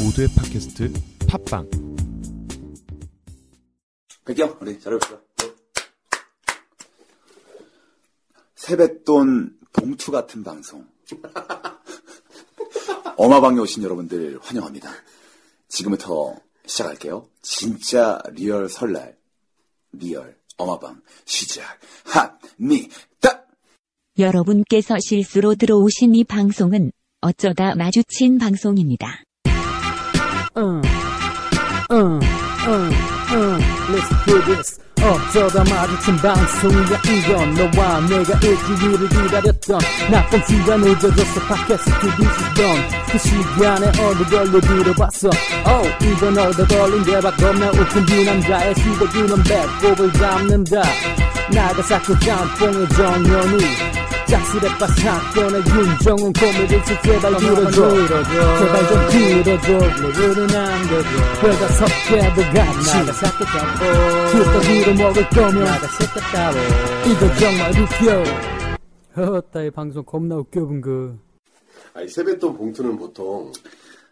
모두의 팟캐스트 팟빵 갈게요. 우리 잘 해봅시다. 세뱃돈 봉투 같은 방송. 어마방에 오신 여러분들 환영합니다. 지금부터 시작할게요. 진짜 리얼 설날. 리얼 어마방 시작합니다. 여러분께서 실수로 들어오신 이 방송은 어쩌다 마주친 방송입니다. Uh, uh, uh, uh, let's do this. Oh, 어쩌다 마주친 방송이야 이건 너와 내가 일주일을 기다렸던 나쁜 시간 늦어졌어 팟캐스트 This is done 그 시간에 어느 걸로 들어봤어 oh, 이건 얻어 걸린 대박 겁나 웃긴 두 남자의 시도주는 배꼽을 잡는다 나가사쿠 짬뽕의 정연우 짝스레빠 사건의 윤정은 고민을 치 제발 들어줘 제발 좀 들어줘 노래는 안 되죠 별다 섞여도 같이 나가사쿠 짬뽕 술떡으로 먹을 거면 나가사쿠 따로 이거 정말 웃겨 허허따의 방송 겁나 웃겨 분그 아니 세뱃돈 봉투는 보통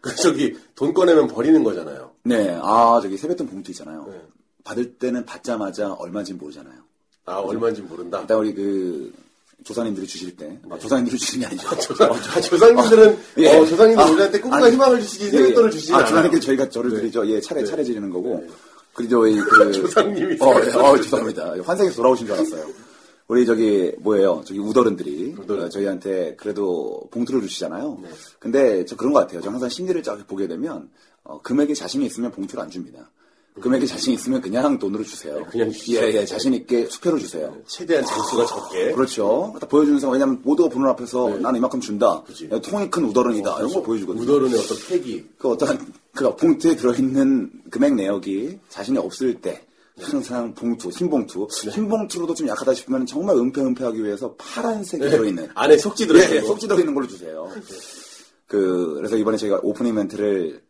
그 저기 돈 꺼내면 버리는 거잖아요. 네, 아 저기 세뱃돈 봉투 있잖아요. 받을 때는 받자마자 얼마인지 모르잖아요. 아 얼마인지 모른다. 일단 우리 그 조사님들이 주실 때, 아, 조사님들이 주시는 게 아니죠. 조사, 네. 아, 조상님들은 예. 어, 조상님들 아, 우리한테 꿈과 아니, 희망을 주시지 예, 세뱃돈을 예. 주시지 아, 않아요. 네. 조상님께 저희가 절을 드리죠. 예, 차례 차례 지르는 거고. 그리고 저희 그 조상님이 어, 예, 세뱃돈을 어, 주시죠. 죄송합니다. 환생에서 돌아오신 줄 알았어요. 우리 저기 뭐예요? 저기 우더른들이 우더른. 네. 어, 저희한테 그래도 봉투를 주시잖아요. 근데 저 그런 것 같아요. 저 항상 심리를 쫙 보게 되면 어, 금액에 자신이 있으면 봉투를 안 줍니다. 금액에 자신 있으면 그냥 돈으로 주세요. 네, 그냥 주시죠. 네. 예, 예, 자신 있게 수표로 주세요. 최대한 장수가 적게. 그렇죠. 딱 보여주는 순간, 왜냐면 모두가 보는 앞에서 나는 이만큼 준다. 네. 그치. 야, 통이 큰 우더른이다. 어, 이런 거 아, 보여주거든요. 우더른의 어떤 패기. 그 어떤, 그 봉투에 들어있는 금액 내역이 자신이 없을 때, 네. 항상 봉투, 흰 봉투, 흰 봉투로도 좀 약하다 싶으면 정말 은폐은폐하기 위해서 파란색이 들어있는. 네. 안에 속지 예, 들어있는 예, 거. 속지 들어있는 걸로 주세요. 그, 그래서 이번에 저희가 오프닝 멘트를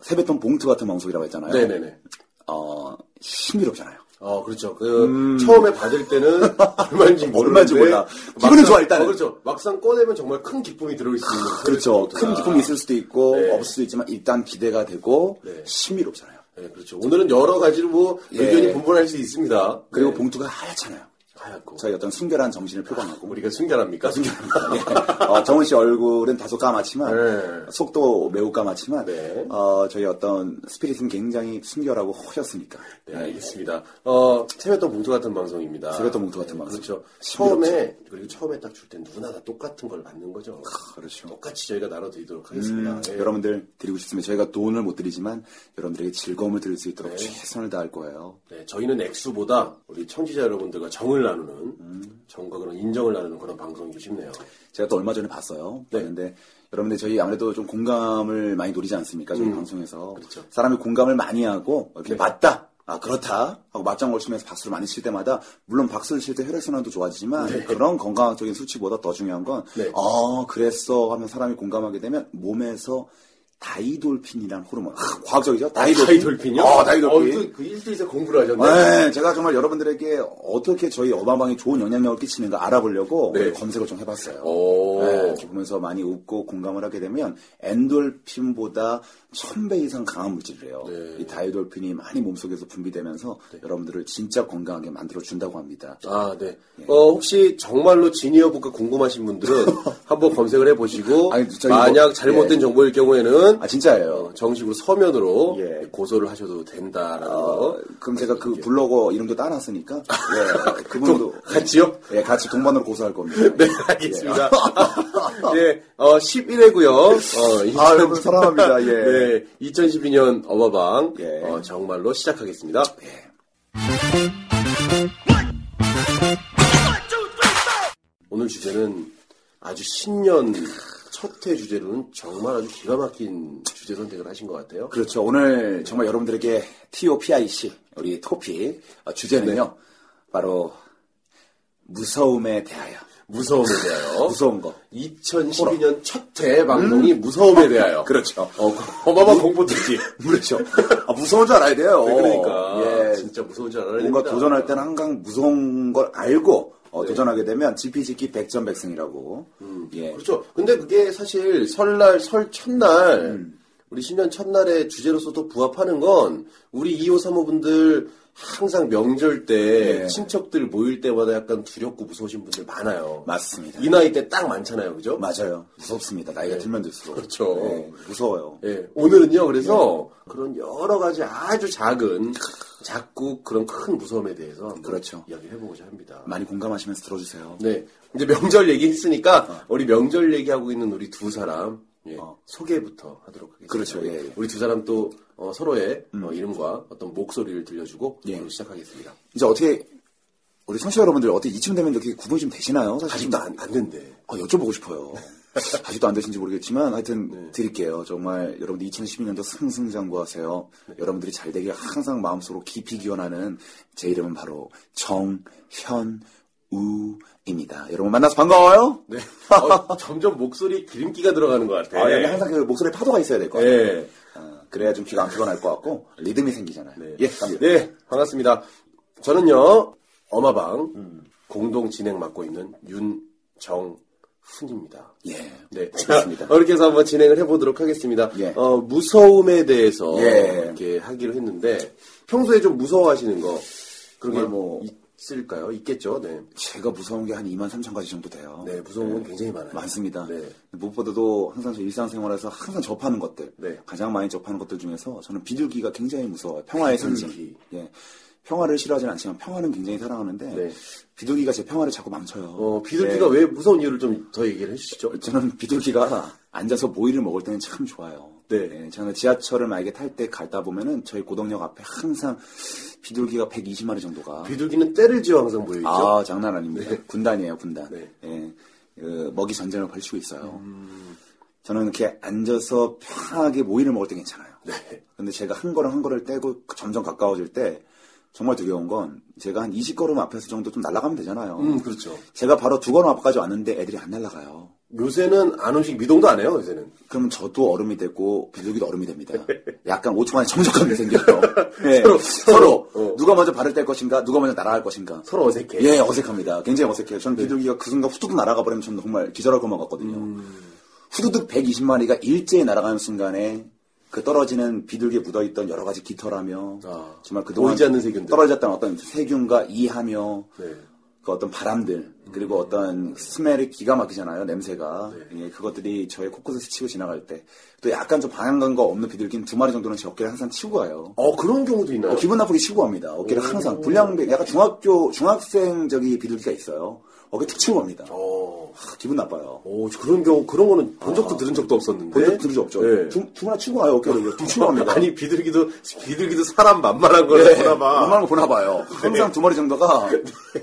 세뱃돈 봉투 같은 방송이라고 했잖아요. 네네네. 어, 신비롭잖아요. 어 그렇죠. 그 처음에 받을 때는 얼마인지 얼마인지 모르는데 몰라. 기분은 막상- 좋아, 일단은. 어, 그렇죠. 막상 꺼내면 정말 큰 기쁨이 들어있을 수 있는 그렇죠. 큰 세뱃돈이구나. 기쁨이 있을 수도 있고 네. 없을 수도 있지만 일단 기대가 되고 네. 신비롭잖아요. 네, 그렇죠. 오늘은 여러 가지로 뭐 예. 의견이 분분할 수 있습니다. 그리고 네. 봉투가 하얗잖아요. 하얗고 저희 어떤 순결한 정신을 표방하고 우리가 순결합니까? 순결합니다. 예. 어, 정훈 씨 얼굴은 다소 까맣지만 아, 네. 속도 매우 까맣지만 네. 어, 저희 어떤 스피릿은 굉장히 순결하고 허였으니까 네, 알겠습니다. 어, 세뱃돈 봉투 같은 방송입니다. 세뱃돈 봉투 같은 방송. 그렇죠. 신비롭죠. 처음에, 그리고 처음에 딱 줄 때 누구나 다 똑같은 걸 받는 거죠. 그렇죠. 음, 똑같이 저희가 나눠드리도록 하겠습니다. 예. 어, 여러분들 드리고 싶습니다. 저희가 돈을 못 드리지만 여러분들에게 즐거움을 드릴 수 있도록 최선을 다할 거예요. 네, 저희는 액수보다 우리 청취자 여러분들과 정을 나누는, 음. 정과 그런 인정을 나누는 그런 방송이고 싶네요. 제가 또 얼마 전에 봤어요. 네. 봤는데 여러분들 저희 아무래도 좀 공감을 많이 노리지 않습니까? 저희 방송에서 그렇죠. 사람이 공감을 많이 하고 이렇게 네. 맞다. 아 그렇다 하고 맞장구를 치면서 박수를 많이 칠 때마다 물론 박수를 칠 때 혈액순환도 좋아지지만 그런 건강학적인 수치보다 더 중요한 건 아 네. 그랬어 하면 사람이 공감하게 되면 몸에서 다이돌핀이라는 호르몬 아, 과학적이죠 다이돌핀 다이돌핀이요? 어 다이돌핀 어, 그, 그 1대1에서 공부를 하셨네. 네, 제가 정말 여러분들에게 어떻게 저희 어마방이 좋은 영향력을 끼치는가 알아보려고 네. 오늘 검색을 좀 해봤어요. 오. 네, 이렇게 보면서 많이 웃고 공감을 하게 되면 엔돌핀보다 1000배 이상 강한 물질이래요. 네. 이 다이돌핀이 많이 몸속에서 분비되면서 여러분들을 진짜 건강하게 만들어준다고 합니다. 아, 네. 어, 혹시 정말로 지니어북과 궁금하신 분들은 한번 검색을 해보시고, 아니, 진짜 이거- 만약 잘못된 예. 정보일 경우에는, 아, 진짜예요. 어, 정식으로 서면으로 예. 고소를 하셔도 된다라는 어, 거. 그럼 제가 그 블로거 이름도 따놨으니까 예, 그분도 아, 같이요? 예, 같이 동반으로 고소할 겁니다. 네, 알겠습니다. 예, 어, 11회고요. 어, 아, 여러분 사랑합니다. 예. 네, 2012년 어마방 예. 어, 정말로 시작하겠습니다. 네. 오늘 주제는 아주 신년 첫 해 주제로는 정말 아주 기가 막힌 주제 선택을 하신 것 같아요. 그렇죠. 오늘 정말 여러분들에게 TOPIC, 우리 토픽, 어, 주제는요. 네. 바로, 무서움에 대하여. 무서움에 대하여. 무서운 거. 2012년 첫 해 방송이 무서움에 대하요. 음? 그렇죠. 어, 어마방 공부 특집. 그렇죠. 아, 무서운 줄 알아야 돼요. 네, 그러니까 예. 진짜 무서운 줄 알아야 뭔가 됩니다. 네. 도전할 때는 항상 무서운 걸 알고, 어, 도전하게 되면 지피지기 음, 백전백승이라고. 예. 음. 그렇죠. 근데 그게 사실 설날 설 첫날 우리 신년 첫날의 주제로서도 부합하는 건 우리 2호, 3호 분들 항상 명절 때 네. 친척들 모일 때마다 약간 두렵고 무서우신 분들 많아요. 맞습니다. 이 나이 때 딱 많잖아요. 그죠? 맞아요. 무섭습니다. 나이가 들면 들수록. 그렇죠. 네, 무서워요. 예, 오늘은요, 그래서 네. 그런 여러 가지 아주 작은, 작고 그런 큰 무서움에 대해서 한번 그렇죠. 이야기를 해보고자 합니다. 많이 공감하시면서 들어주세요. 네. 이제 명절 얘기했으니까 우리 명절 얘기하고 있는 우리 두 사람 예, 어. 소개부터 하도록 하겠습니다. 그렇죠, 예, 예. 우리 두 사람 또 어, 서로의 어, 이름과 어떤 목소리를 들려주고 예. 바로 시작하겠습니다. 이제 어떻게 우리 청취자 여러분들 어떻게 이쯤 되면 이렇게 구분이 좀 되시나요? 사실 좀 아직도 안, 안 된대. 아, 여쭤보고 싶어요. 아직도 안 되신지 모르겠지만 하여튼 네. 드릴게요. 정말 여러분들 2012년도 승승장구하세요. 네. 여러분들이 잘 되길 항상 마음속으로 깊이 기원하는 제 이름은 바로 정현우입니다. 여러분 만나서 반가워요. 네. 어, 점점 목소리 기름기가 들어가는 것 같아. 아, 여기 항상 그 목소리에 파도가 있어야 될 것 같아요. 예. 아, 그래야 좀 귀가 안 피곤할 것 같고 리듬이 생기잖아요. 네. 예, 갑니다. 네, 반갑습니다. 저는요, 어마방 음. 공동 진행 맡고 있는 윤정훈입니다. 예, 네, 좋습니다. 자, 이렇게 해서 한번 진행을 해보도록 하겠습니다. 예. 어, 무서움에 대해서 예. 이렇게 하기로 했는데 평소에 좀 무서워하시는 거 그런 게 정말 뭐- 있을까요? 있겠죠. 네, 제가 무서운 게 한 2만 3천 가지 정도 돼요. 네, 무서운 건 굉장히 많아요. 많습니다. 네. 무엇보다도 항상 저 일상생활에서 항상 접하는 것들, 네. 가장 많이 접하는 것들 중에서 저는 비둘기가 굉장히 무서워요. 평화의 비둘기. 상징. 예. 평화를 싫어하진 않지만 평화는 굉장히 사랑하는데 네. 비둘기가 제 평화를 자꾸 망쳐요. 어, 비둘기가 예. 왜 무서운 이유를 좀 더 얘기를 해주시죠. 네. 저는 비둘기가 앉아서 모이를 먹을 때는 참 좋아요. 예. 네. 저는 지하철을 만약에 탈 때 갈다 보면은 저희 고덕역 앞에 항상 비둘기가 120마리 정도가 비둘기는 때를 지어 항상 모여 있죠. 아, 장난 아닙니다. 군단이에요, 군단. 네. 예. 그 먹이 전쟁을 펼치고 있어요. 음. 저는 이렇게 앉아서 편하게 모이를 먹을 때 괜찮아요. 네. 근데 제가 한 걸음 한 걸음 떼고 점점 가까워질 때 정말 두려운 건 제가 한 20걸음 앞에서 정도 좀 날아가면 되잖아요. 음, 그렇죠. 제가 바로 두 걸음 앞까지 왔는데 애들이 안 날아가요. 요새는 안 음식 미동도 안 해요. 요새는. 그럼 저도 얼음이 되고 비둘기도 얼음이 됩니다. 약간 5초 만에 정적감이 생겨요. 예. 서로, 서로 어. 누가 먼저 발을 뗄 것인가, 누가 먼저 날아갈 것인가. 서로 어색해. 예, 어색합니다. 굉장히 어색해요. 저는 비둘기가 그 순간 후두둑 날아가 버리면 저는 정말 기절할 것만 같거든요. 음. 후두둑 120마리가 일제히 날아가는 순간에 그 떨어지는 비둘기에 묻어있던 여러 가지 깃털하며 아, 정말 그동안 보이지 않는 세균들. 떨어졌던 어떤 세균과 이하며 네. 그 어떤 바람들 그리고 어떤 스멜이 기가 막히잖아요 냄새가 네. 예, 그것들이 저의 코끝에서 치고 지나갈 때 또 약간 좀 방향감과 없는 비둘기는 두 마리 정도는 제 어깨를 항상 치고 가요 어 그런 경우도 있나요? 어, 기분 나쁘게 치고 갑니다. 어깨를 항상 불량배 약간 중학교 중학생 저기 비둘기가 있어요. 어깨 툭 치고 갑니다. 어. 아, 기분 나빠요. 오, 저 그런 경우 그런 거는 본 적도 들은 적도 없었는데. 아. 본적 들은 적 없죠. 예. 두, 두나 치고 가요 어깨를 이렇게 툭 치고 갑니다. 네? 네. 아니 비둘기도 비둘기도 사람 만만한 걸 보나 봐. 네. 만만한 거 보나 봐요. 항상 두 마리 정도가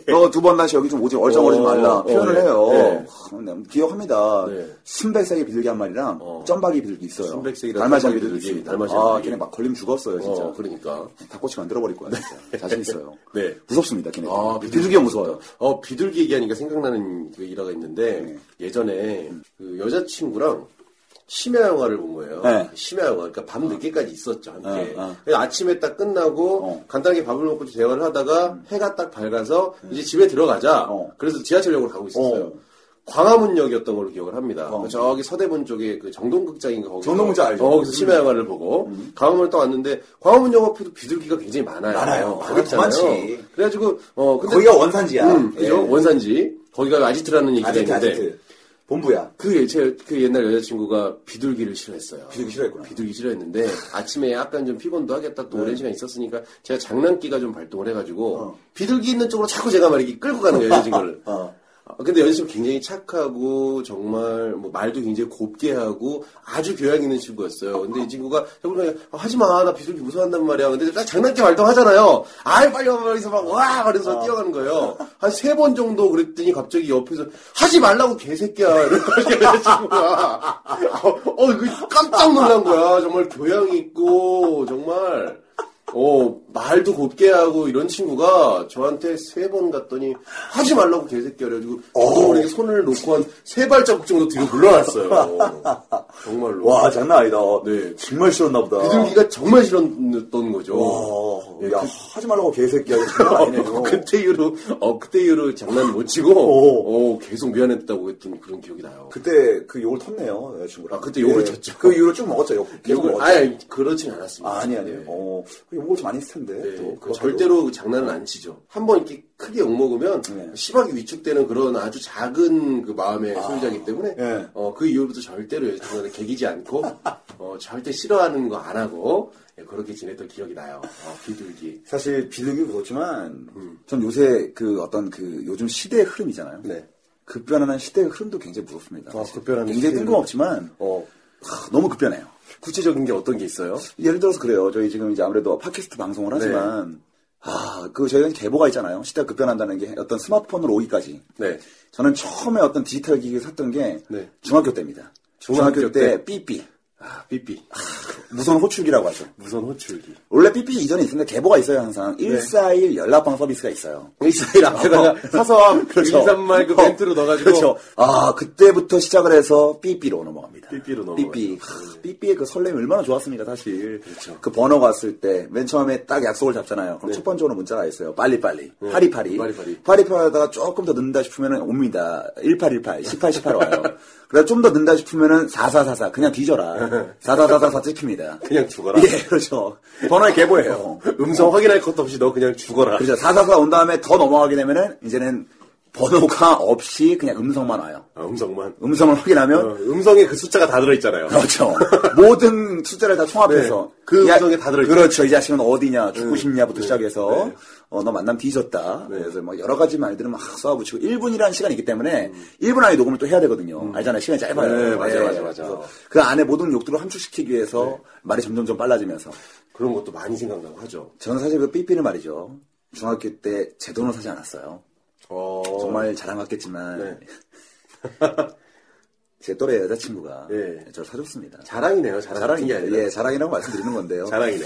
너 두 번 다시 여기 좀 오지 얼쩡거리지 어, 말라 표현을 네. 해요. 네. 아, 네, 기억합니다. 네. 순백색의 비둘기 한 마리랑 어. 점박이 비둘기 있어요. 순백색이랑 달마시아 점박이 비둘기. 비둘기, 달마시아 아, 비둘기. 걔네 막 걸리면 죽었어요 진짜. 어, 그러니까. 닭꼬치 만들어버릴 거야 진짜. 자신 있어요. 네. 무섭습니다 걔네. 아, 비둘기가 무서워요. 어, 비둘기 얘기하니까 생각나는 그 일화가 있는데, 네. 예전에 그 여자친구랑 심야 영화를 본 거예요. 네. 심야 영화. 그러니까 밤 늦게까지 있었죠, 함께. 어, 어. 그래서 아침에 딱 끝나고, 어. 음. 간단하게 밥을 먹고 대화를 하다가, 해가 딱 밝아서, 이제 집에 들어가자. 어. 그래서 지하철역으로 가고 있었어요. 어. 광화문역이었던 걸로 기억을 합니다. 어. 저기 서대문 쪽에 그 정동극장인가 거기. 정동극장 알죠? 음. 어, 거기서 심야 영화를 보고, 광화문을 또 왔는데, 광화문역 앞에도 비둘기가 굉장히 많아요. 많아요. 많았잖아요. 거기 더 많지. 그래가지고, 어, 근데 거기가 원산지야. 음, 그죠? 예. 원산지. 거기가 아지트라는 얘기가 아지트 있는데 아지트 본부야. 그, 예- 제, 그 옛날 여자친구가 비둘기를 싫어했어요. 비둘기 싫어했구나. 네. 비둘기 싫어했는데 아침에 약간 좀 피곤도 하겠다 또 오랜 시간 있었으니까 제가 장난기가 좀 발동을 해가지고 비둘기 있는 쪽으로 자꾸 제가 막 이렇게 끌고 가는 거예요 여자친구를. 어. 아, 근데 여자친구 굉장히 착하고 정말 뭐 말도 굉장히 곱게 하고 아주 교양 있는 친구였어요. 근데 이 친구가 해보니까 하지 마, 나 비둘기 무서워한단 말이야. 근데 딱 장난기 활동하잖아요. 아이 빨리 와, 그래서 막와 그래서 뛰어가는 거예요. 한 세 번 정도 그랬더니 갑자기 옆에서 하지 말라고 개새끼야. 이런 거예요, 여자친구가 어, 어 이거 깜짝 놀란 거야. 정말 교양 있고 정말. 어, 말도 곱게 하고 이런 친구가 저한테 세 번 갔더니 하지 말라고 개새끼야. 그래가지고 어. 저도 모르게 손을 놓고 한 세 발자국 정도 뒤로 물러났어요. 정말로. 와 장난 아니다. 네. 정말 싫었나 보다. 비둘기가 정말 싫었던 거죠. 와. 그렇죠. 야, 네. 하지 말라고 개새끼야. 이거 장난 어, 아니네, 이거. 그때 이후로 어 그때 이후로 장난 못 치고 어, 계속 미안했다고 했던 그런 기억이 나요. 그때 그 욕을 텄네요, 여자친구랑. 아, 그때 욕을 쳤죠. 그 이후로 쭉 먹었죠, 욕. 계속 욕을 먹었죠. 아예 그러진 않았습니다. 아, 아니, 아니요. 네. 어, 그 욕을 좀 많이 했을 텐데. 네, 또, 그 그거 절대로 장난을 안 치죠. 한번 이렇게 크게 욕먹으면 네. 심하게 위축되는 그런 아주 작은 그 마음의 소유자이기 때문에 아, 네. 어, 그 이후로부터 절대로 여자친구한테 개기지 않고 어, 절대 싫어하는 거 안 하고 예, 그렇게 지냈던 기억이 나요. 어, 비둘기. 사실 비둘기도 그렇지만, 전 요새 그 어떤 그 요즘 시대의 흐름이잖아요. 음. 네. 급변하는 시대의 흐름도 굉장히 무섭습니다. 아, 사실. 급변하는 굉장히 시대의 뜬금없지만, 어, 하, 너무 급변해요. 구체적인 게 어떤 게 있어요? 예를 들어서 그래요. 저희 지금 이제 아무래도 팟캐스트 방송을 하지만, 아, 그 저희가 개보가 있잖아요. 시대가 급변한다는 게 어떤 스마트폰으로 오기까지. 네. 저는 처음에 어떤 디지털 기기를 샀던 게 네. 중학교 때입니다. 중학교, 중학교 때 삐삐. 아, 삐삐. 무선 호출기라고 하죠. 무선 호출기. 원래 삐삐 이전에 있었는데 개보가 있어요, 항상. 141 연락방 서비스가 있어요. 일사일 앞에다가 아, 어, 사서함 그렇죠. 인사말 그 어, 멘트로 넣어가지고 그렇죠. 아, 그때부터 시작을 해서 삐삐로 넘어갑니다. 삐삐로 넘어가죠. 삐삐. 하, 삐삐의 그 설렘이 얼마나 좋았습니까, 사실. 그렇죠. 그 번호가 왔을 때, 맨 처음에 딱 약속을 잡잖아요. 그럼 첫 번째 오는 문자가 있어요. 빨리빨리. 파리파리. 파리파리. 하다가 조금 더 늦는다 싶으면 옵니다. 1818, 1818 와요. 그래서 좀 더 늦는다 싶으면은 4444, 그냥 뒤져라. 4444 찍힙니다. 그냥 죽어라. 예, 그렇죠. 번호에 개보예요. 음성 확인할 것도 없이 너 그냥 죽어라. 그렇죠. 444 온 다음에 더 넘어가게 되면은, 이제는 번호가 없이 그냥 음성만 와요. 아, 음성만. 음성을 확인하면 어, 음성에 그 숫자가 다 들어있잖아요. 그렇죠. 모든 숫자를 다 총합해서 네. 그 이 아- 음성에 다 들어있죠. 그렇죠. 이 자식은 어디냐, 죽고 싶냐부터 시작해서 네. 어, 너 만남 뒤졌다. 그래서 막 여러 가지 말들을 막 쏴붙이고 1분이라는 시간이 있기 때문에 1분 안에 녹음을 또 해야 되거든요. 알잖아요. 시간이 짧아요. 네, 맞아요, 예. 맞아요, 네. 맞아요. 그래서 그 안에 모든 욕들을 함축시키기 위해서 말이 점점 점 빨라지면서 그런 것도 많이 생각나고 하죠. 저는 사실 그 삐삐는 말이죠. 중학교 때 제 돈으로 사지 않았어요. 어, 정말 자랑같겠지만 네. 제 또래 여자친구가 네. 저를 사줬습니다. 자랑이네요. 자랑 같은 게 아니라. 예, 자랑이라고 말씀드리는 건데요. 자랑이네.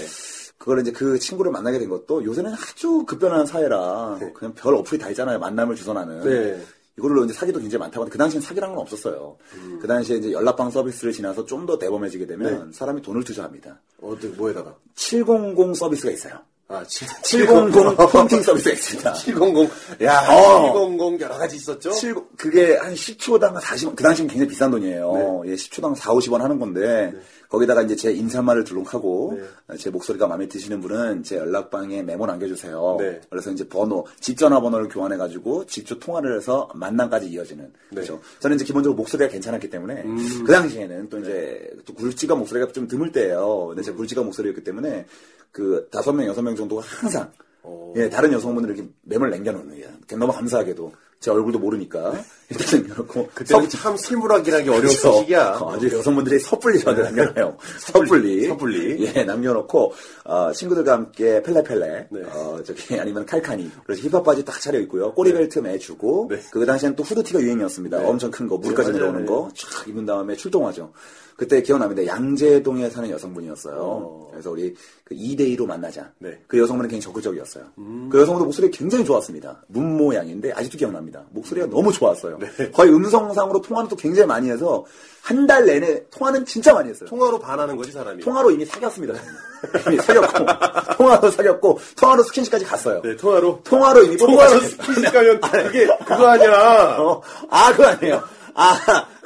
그걸 이제 그 친구를 만나게 된 것도 요새는 아주 급변한 사회라 그냥 별 어플이 다 있잖아요. 만남을 주선하는. 네. 이걸로 이제 사기도 굉장히 많다고 하는데 그 당시엔 사기라는 건 없었어요. 음. 그 당시에 이제 연락방 서비스를 지나서 좀 더 대범해지게 되면 네. 사람이 돈을 투자합니다. 어떻게 뭐에다가? 700 서비스가 있어요. 아, 700. 700 폰팅 서비스가 있습니다. 700. 야, 어. 700 여러 가지 있었죠? 7, 그게 한 10초당 40원, 그 당시엔 굉장히 비싼 돈이에요. 네. 예, 10초당 4, 50원 하는 건데, 거기다가 이제 제 인사말을 둘록하고, 네. 제 목소리가 마음에 드시는 분은 제 연락방에 메모 남겨주세요. 네. 그래서 이제 번호, 집 전화번호를 교환해가지고, 직접 통화를 해서 만남까지 이어지는. 네. 그죠. 저는 이제 기본적으로 목소리가 괜찮았기 때문에, 음. 그 당시에는 또 이제, 또 굵지가 목소리가 좀 드물 때예요 근데 음. 제 굵지가 목소리였기 때문에, 그 다섯 명, 여섯 명 정도가 항상, 어. 예, 다른 여성분들 이렇게 매물 남겨놓는 게 너무 감사하게도 제 얼굴도 모르니까 일단 그렇고 네. 그때는 그렇죠. 참 실물하기라기 어려웠던 시기야. 네. 어, 아주 여성분들이 섣불리 저한테 남겨놔요. 섣불리. 섣불리. 예, 남겨놓고, 어, 친구들과 함께 펠레펠레, 네. 어, 저기, 아니면 칼카니. 그래서 힙합 바지 딱 차려입고요. 꼬리벨트 매주고, 네. 그 당시엔 또 후드티가 유행이었습니다. 엄청 큰 거, 무릎까지 네, 맞아요. 내려오는 거, 쫙 입은 다음에 출동하죠. 그때 기억납니다. 양재동에 사는 여성분이었어요. 그래서 우리 그 2대2로 만나자. 네. 그 여성분은 굉장히 적극적이었어요. 그 여성분도 목소리 굉장히 좋았습니다. 문 모양인데 아직도 기억납니다. 목소리가 너무 좋았어요. 네. 거의 음성상으로 통화는 또 굉장히 많이 해서 한 달 내내 통화는 진짜 많이 했어요. 통화로 반하는 거지, 사람이. 통화로 이미 사귀었습니다. 저는. 이미 사귀었고 통화로 사귀었고 통화로 스킨십까지 갔어요. 네, 통화로. 통화로 이미 통화로 뽀뽀까지 아, 아, 네. 스킨십 가면 그게 그거 아니야. 어, 아, 그거 아니에요. 아,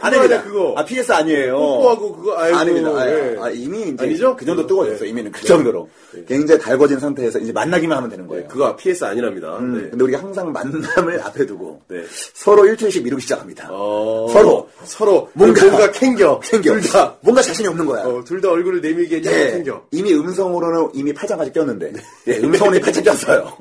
아닙니다. 아니야, 그거. 아, PS 아니에요. 뽀뽀하고 그거, 아이고, 아닙니다. 아, 예. 아, 이미 이제 아니죠? 그 정도 네. 뜨거워졌어요. 네. 이미는 그 정도로. 굉장히 달궈진 상태에서 이제 만나기만 하면 되는 거예요. 그거 PS 아니랍니다. 음, 네. 근데 우리가 항상 만남을 앞에 두고 네. 서로 일주일씩 미루기 시작합니다. 어, 서로 서로 뭔가- 뭔가, 뭔가 캥겨. 생겨. 둘 다. 뭔가 자신이 없는 거야. 어, 둘 다 얼굴을 내밀게 예. 캥겨. 네. 이미 음성으로는 이미 팔짱까지 꼈는데. 예, 음성으로 이미 팔짱 꼈어요.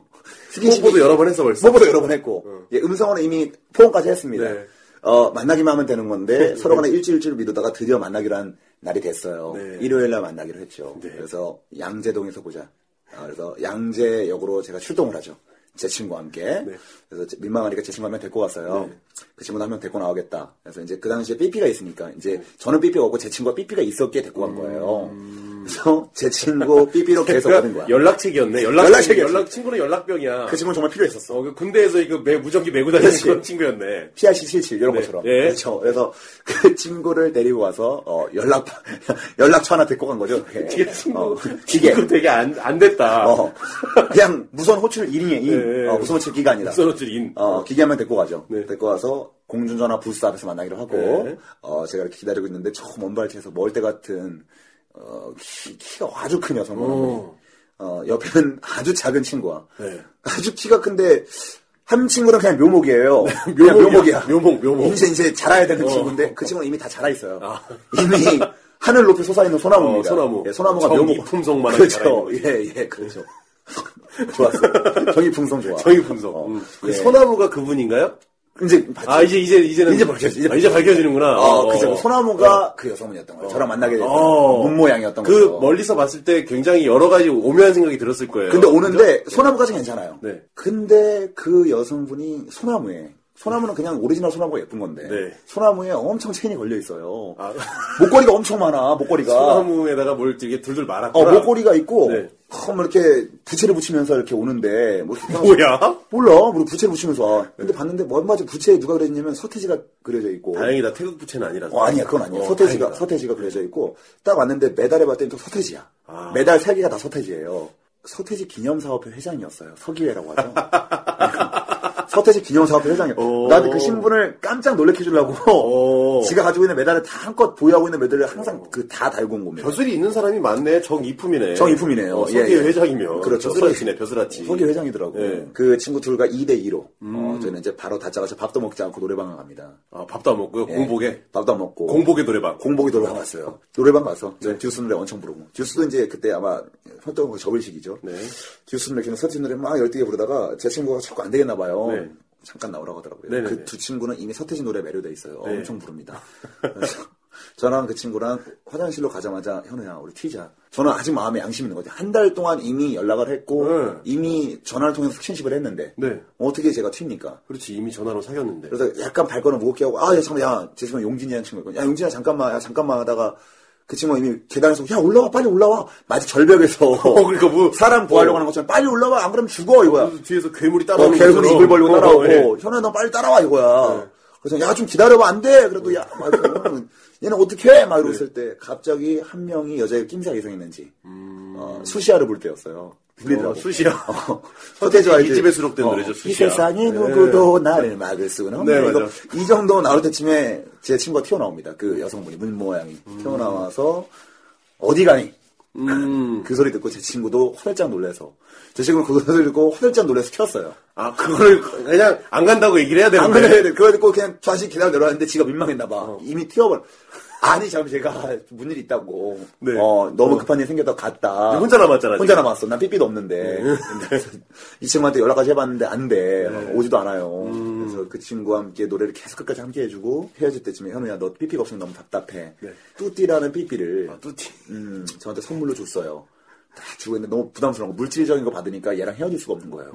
뽀뽀도 여러 번 했어, 벌써. 뭐보다 여러 번 했고 예, 음성으로 이미 포옹까지 했습니다. 네. 어, 만나기만 하면 되는 건데 서로 간에 일주일 일주일 미루다가 드디어 만나기로 한 날이 됐어요. 네. 일요일 날 만나기로 했죠. 네. 그래서 양재동에서 보자. 아, 그래서 양재역으로 제가 출동을 하죠. 제 친구와 함께. 네. 그래서 제- 민망하니까 제 친구 한 명 데리고 왔어요. 그 친구도 한 명 데리고 나오겠다. 그래서 이제 그 당시에 삐삐가 있으니까 이제 저는 삐삐가 없고 제 친구가 삐삐가 있었기에 데리고 간 거예요. 음. 그래서 제 친구 삐삐로 계속 오는 거야. 그러니까 연락책이었네. 연락책. 연락책이었어. 연락 친구는 연락병이야. 그 친구는 정말 필요했었어. 어, 그 군대에서 이거 매, 무전기 메고 다니는 그렇지. 그런 친구였네. PRC 77 이런 네. 것처럼. 예. 그렇죠. 그래서 그 친구를 데리고 와서 어, 연락 연락처 하나 데리고 간 거죠. 되게 친구, 어, 기계. 친구 되게 안, 안 됐다. 어, 그냥 무선 호출 일인이에요 예, 예. 어, 무선 호출 기가 아니라. 써놓을 인. 어, 기계하면 데리고 가죠. 네. 데리고 와서 공중전화 부스 앞에서 만나기로 하고, 네. 어, 제가 이렇게 기다리고 있는데, 저 먼발치에서 멀대 같은, 어, 키, 키가 아주 큰 여성. 어. 어, 옆에는 아주 작은 친구야. 네. 아주 키가 큰데, 한 친구는 그냥 묘목이에요. 그냥 네, 묘목이야. 묘목이야. 묘목, 묘목. 이제 이제 자라야 되는 어. 친구인데, 그 친구는 이미 다 자라있어요. 아. 이미 하늘 높이 솟아있는 소나무입니다. 어, 소나무. 예, 소나무가 정이 묘목. 품성만하게 그렇죠. 자라있는 예, 예, 그렇죠. 좋았어. 정이 풍성 좋아. 정의 분석. 어. 그 예. 소나무가 그분인가요? 이제 봤죠. 아, 이제, 이제, 이제는. 이제 밝혀지- 이제 아, 이제 밝혀지는구나. 어, 그죠. 소나무가 그 여성분이었던 거예요. 저랑 만나게 됐던 어. 문모양이었던 그 거예요. 멀리서 봤을 때 굉장히 여러 가지 오묘한 생각이 들었을 거예요. 근데 오는데 소나무까지 괜찮아요. 네. 근데 그 여성분이 소나무에 소나무는 그냥 오리지널 소나무가 예쁜 건데 네. 소나무에 엄청 체인이 걸려 있어요. 아, 목걸이가 엄청 많아. 목걸이가 소나무에다가 뭘 이렇게 둘둘 어 말았구나. 목걸이가 있고 네. 어, 뭐 이렇게 부채를 붙이면서 이렇게 오는데 뭐 뭐야? 몰라. 뭐 부채를 붙이면서 와. 근데 봤는데 뭐 먼마저 부채에 누가 그려졌냐면 서태지가 그려져 있고 다행이다. 태극 부채는 아니라서. 어, 아니야, 그건 아니야. 어, 서태지가, 다행이다. 서태지가 그려져 있고, 딱 왔는데 메달에 봤더니 또 서태지야. 아. 메달 세개가다 서태지예요. 서태지 기념사업회 회장이었어요. 서기회라고 하죠. 서태지 기념사업회 회장이요. 오. 나한테 그 신분을 깜짝 놀래켜주려고, 오. 지가 가지고 있는 메달을 다 한껏 보유하고 있는 메달을 항상 그 다 달고 온 겁니다. 벼슬이 있는 사람이 많네. 정이품이네. 정이품이네요. 어, 서기의 예, 예. 회장이면. 그렇죠. 벼슬아치네, 벼슬아치. 서기 회장이더라고. 예. 음. 그 친구 둘과 2대2로, 어, 저희는 이제 바로 다짜가서 밥도 먹지 않고 노래방을 갑니다. 아, 밥도 안 먹고요. 예. 공복에. 밥도 안 먹고. 공복의 노래방. 공복이 노래방 갔어요. 네. 노래방 가서 저 듀스 노래 엄청 부르고 듀스도 이제 그때 아마 활동 거 접을 시기죠. 네. 듀스 노래 그냥 서태지 노래 막 열띠게 부르다가 제 친구가 자꾸 안 되겠나 봐요. 네. 잠깐 나오라고 하더라고요. 네네네. 그 두 친구는 이미 서태지 노래 매료돼 있어요. 네. 엄청 부릅니다. 그래서 저랑 그 친구랑 화장실로 가자마자 현우야 우리 튀자. 저는 아직 마음에 양심 있는 거죠. 한 달 동안 이미 연락을 했고 네. 이미 전화를 통해서 친식을 했는데 네. 어떻게 제가 튀니까 그렇지. 이미 전화로 사귀었는데. 그래서 약간 발걸음 무겁게 하고, 아, 야, 잠깐만, 야, 죄송해요. 용진이라는 친구가. 야, 용진아, 잠깐만, 야, 잠깐만 하다가, 그 친구가 이미 계단에서, 야, 올라와, 빨리 올라와. 마치 절벽에서. 어, 그러니까 뭐- 사람 구하려고 어. 하는 것처럼, 빨리 올라와, 안 그러면 죽어, 이거야. 그래서 뒤에서 괴물이 어, 따라오는 계속 것처럼. 입을 벌리고 어, 따라오고, 예. 현우야, 너 빨리 따라와, 이거야. 그래서, 야, 좀 기다려봐, 안 돼! 그래도, 야, 막, 이러면 얘는 어떻게 해! 막 이러고 네. 있을 때, 갑자기 한 명이 여자에게 낌새가 이상했는지, 어, 수시아를 볼 때였어요. 불리더라고. 어, 수시야. 서태지와 어, 이 집에 수록된 노래죠, 이 수시야. 세상에 누구도 나를 막을 수는 없네. 네, 이거 맞아. 이 정도 나올 때쯤에 제 친구가 튀어나옵니다. 그 여성분이 문 모양이 튀어나와서 어디 가니? 음. 그 소리 듣고 제 친구도 화들짝 놀래서 제 친구는 그 소리 듣고 화들짝 놀래서 튀었어요. 아, 그거를 그냥 안 간다고 얘기를 해야 되는데. 안 그래. 그거 듣고 그냥 다시 계단 내려왔는데 지가 민망했나 봐. 이미 튀어버려. 아니 잠 제가 무슨 일이 있다고. 네. 어 너무 급한 일 생겼다 고 갔다. 혼자 남았잖아, 혼자 지금. 네. 남았어. 난 삐삐도 없는데. 근데 이 친구한테 연락까지 해봤는데 안 돼. 네. 오지도 않아요. 음. 그래서 그 친구와 함께 노래를 계속 끝까지 함께 해주고 헤어질 때쯤에 현우야 너 삐삐가 없으면 너무 답답해. 네. 뚜띠라는 삐삐를 아, 뚜티. 음, 저한테 선물로 줬어요. 다 주고 있는데 너무 부담스러운 거 물질적인 거 받으니까 얘랑 헤어질 수가 없는 거예요.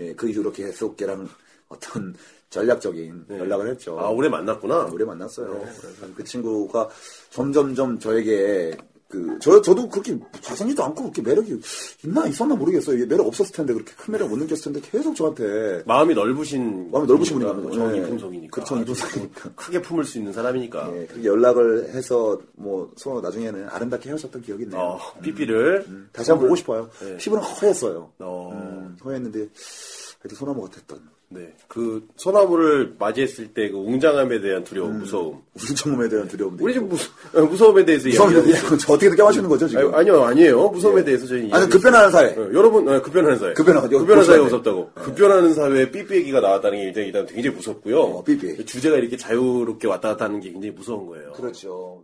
예, 그 이후로 계속 걔랑 어떤 전략적인 연락을 했죠. 아, 네. 오래 만났구나. 오래 만났어요. 그래서 그 친구가 점점점 저에게 그, 저, 저도 그렇게 잘생기지도 않고 그렇게 매력이 있나 있었나 모르겠어요. 이게 매력 없었을 텐데 그렇게 큰 매력 못 느꼈을 텐데 계속 저한테 마음이 넓으신. 마음이 넓으신 분인가 분이니까. 보죠. 네. 정이 예. 품성이니까. 아, 그렇죠, 정이 품성이니까. 크게 품을 수 있는 사람이니까. 예, 그렇게 연락을 해서 뭐 서로 나중에는 아름답게 헤어졌던 기억이 있네요. 어, 삐삐를. 다시 한번 보고 싶어요. 네. 피부는 허였어요. 어. 음, 허했는데 하여튼 소나무 같았던 네. 그 소나무를 맞이했을 때 그 웅장함에 대한 음. 두려움, 무서움. 무슨 청몸에 대한 두려움도 우리 있고. 지금 무서, 어, 무서움에 대해서 무서운 이야기하고 일이야. 그건 저 어떻게 느껴하시는 거죠 지금? 있어요. 아니, 요 아니에요. 무서움에 대해서 저희 아니, 급변하는 사회. 여러분, 어, 급변하는 사회. 급변하- 요- 사회가 보셔야 돼요. 무섭다고. 급변하는 사회에 삐삐 얘기가 나왔다는 게 일단, 일단 굉장히 무섭고요. 어, 삐삐. 주제가 이렇게 자유롭게 왔다 갔다 하는 게 굉장히 무서운 거예요. 그렇죠.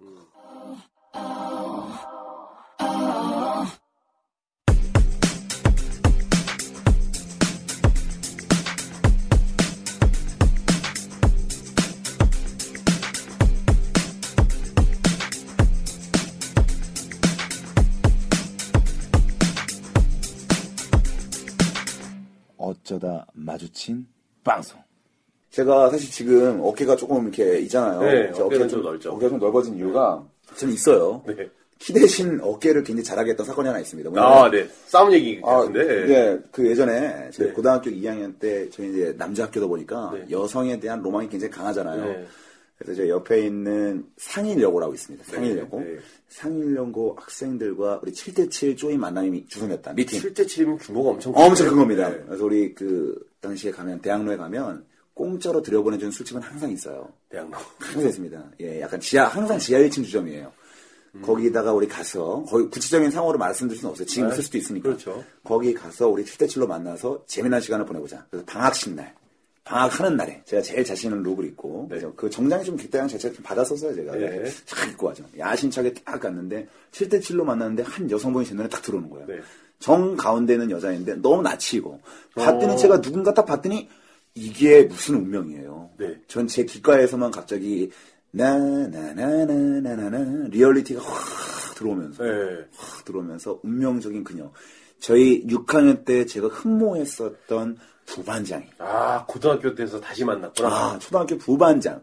어쩌다 마주친 방송. 제가 사실 지금 어깨가 조금 이렇게 있잖아요. 네, 제 어깨는 좀 넓죠. 어깨가 좀 넓어진 이유가 좀 있어요. 네. 키 대신 어깨를 굉장히 잘하게 했던 사건이 하나 있습니다. 아, 네. 싸움 얘기 같은데. 네. 그 예전에 저희 네. 고등학교 2학년 때 저희 이제 남자 학교다 보니까 네. 여성에 대한 로망이 굉장히 강하잖아요. 네. 그래서 제 옆에 있는 상일여고라고 있습니다. 상일여고. 네. 상일여고 학생들과 우리 7대7 쪼인 만남이 주선했다. 미팅. 7대 7이면 규모가 엄청 어, 엄청 큰데요? 큰 겁니다. 네. 그래서 우리 그 당시에 가면 대학로에 가면 공짜로 들여보내준 술집은 항상 있어요. 대학로. 항상 있습니다. 예, 약간 지하 항상 지하 1층 주점이에요. 거기다가 우리 가서 거의 구체적인 상황으로 말씀드릴 수는 없어요. 지금 있을 수도 있으니까. 그렇죠. 거기 가서 우리 7대7로 만나서 재미난 시간을 보내보자. 그래서 방학식 날. 방학하는 날에 제가 제일 자신 있는 룩을 입고 네. 그래서 그 정장이 좀 그때랑 제가 좀 받았었어요 제가 네. 쫙 입고 가죠 야심차게 딱 갔는데 7대7로 만났는데 한 여성분이 제 눈에 딱 들어오는 거예요 네. 어. 정 가운데 있는 여자인데 너무 낯이고 봤더니 제가 누군가 딱 봤더니 이게 무슨 운명이에요. 네. 전 제 귓가에서만 갑자기 나나나나나나나 리얼리티가 확 들어오면서 네. 확 들어오면서 운명적인 그녀. 저희 6학년 때 제가 흥모했었던 부반장이. 아, 고등학교 때에서 다시 만났구나. 아 음. 초등학교 부반장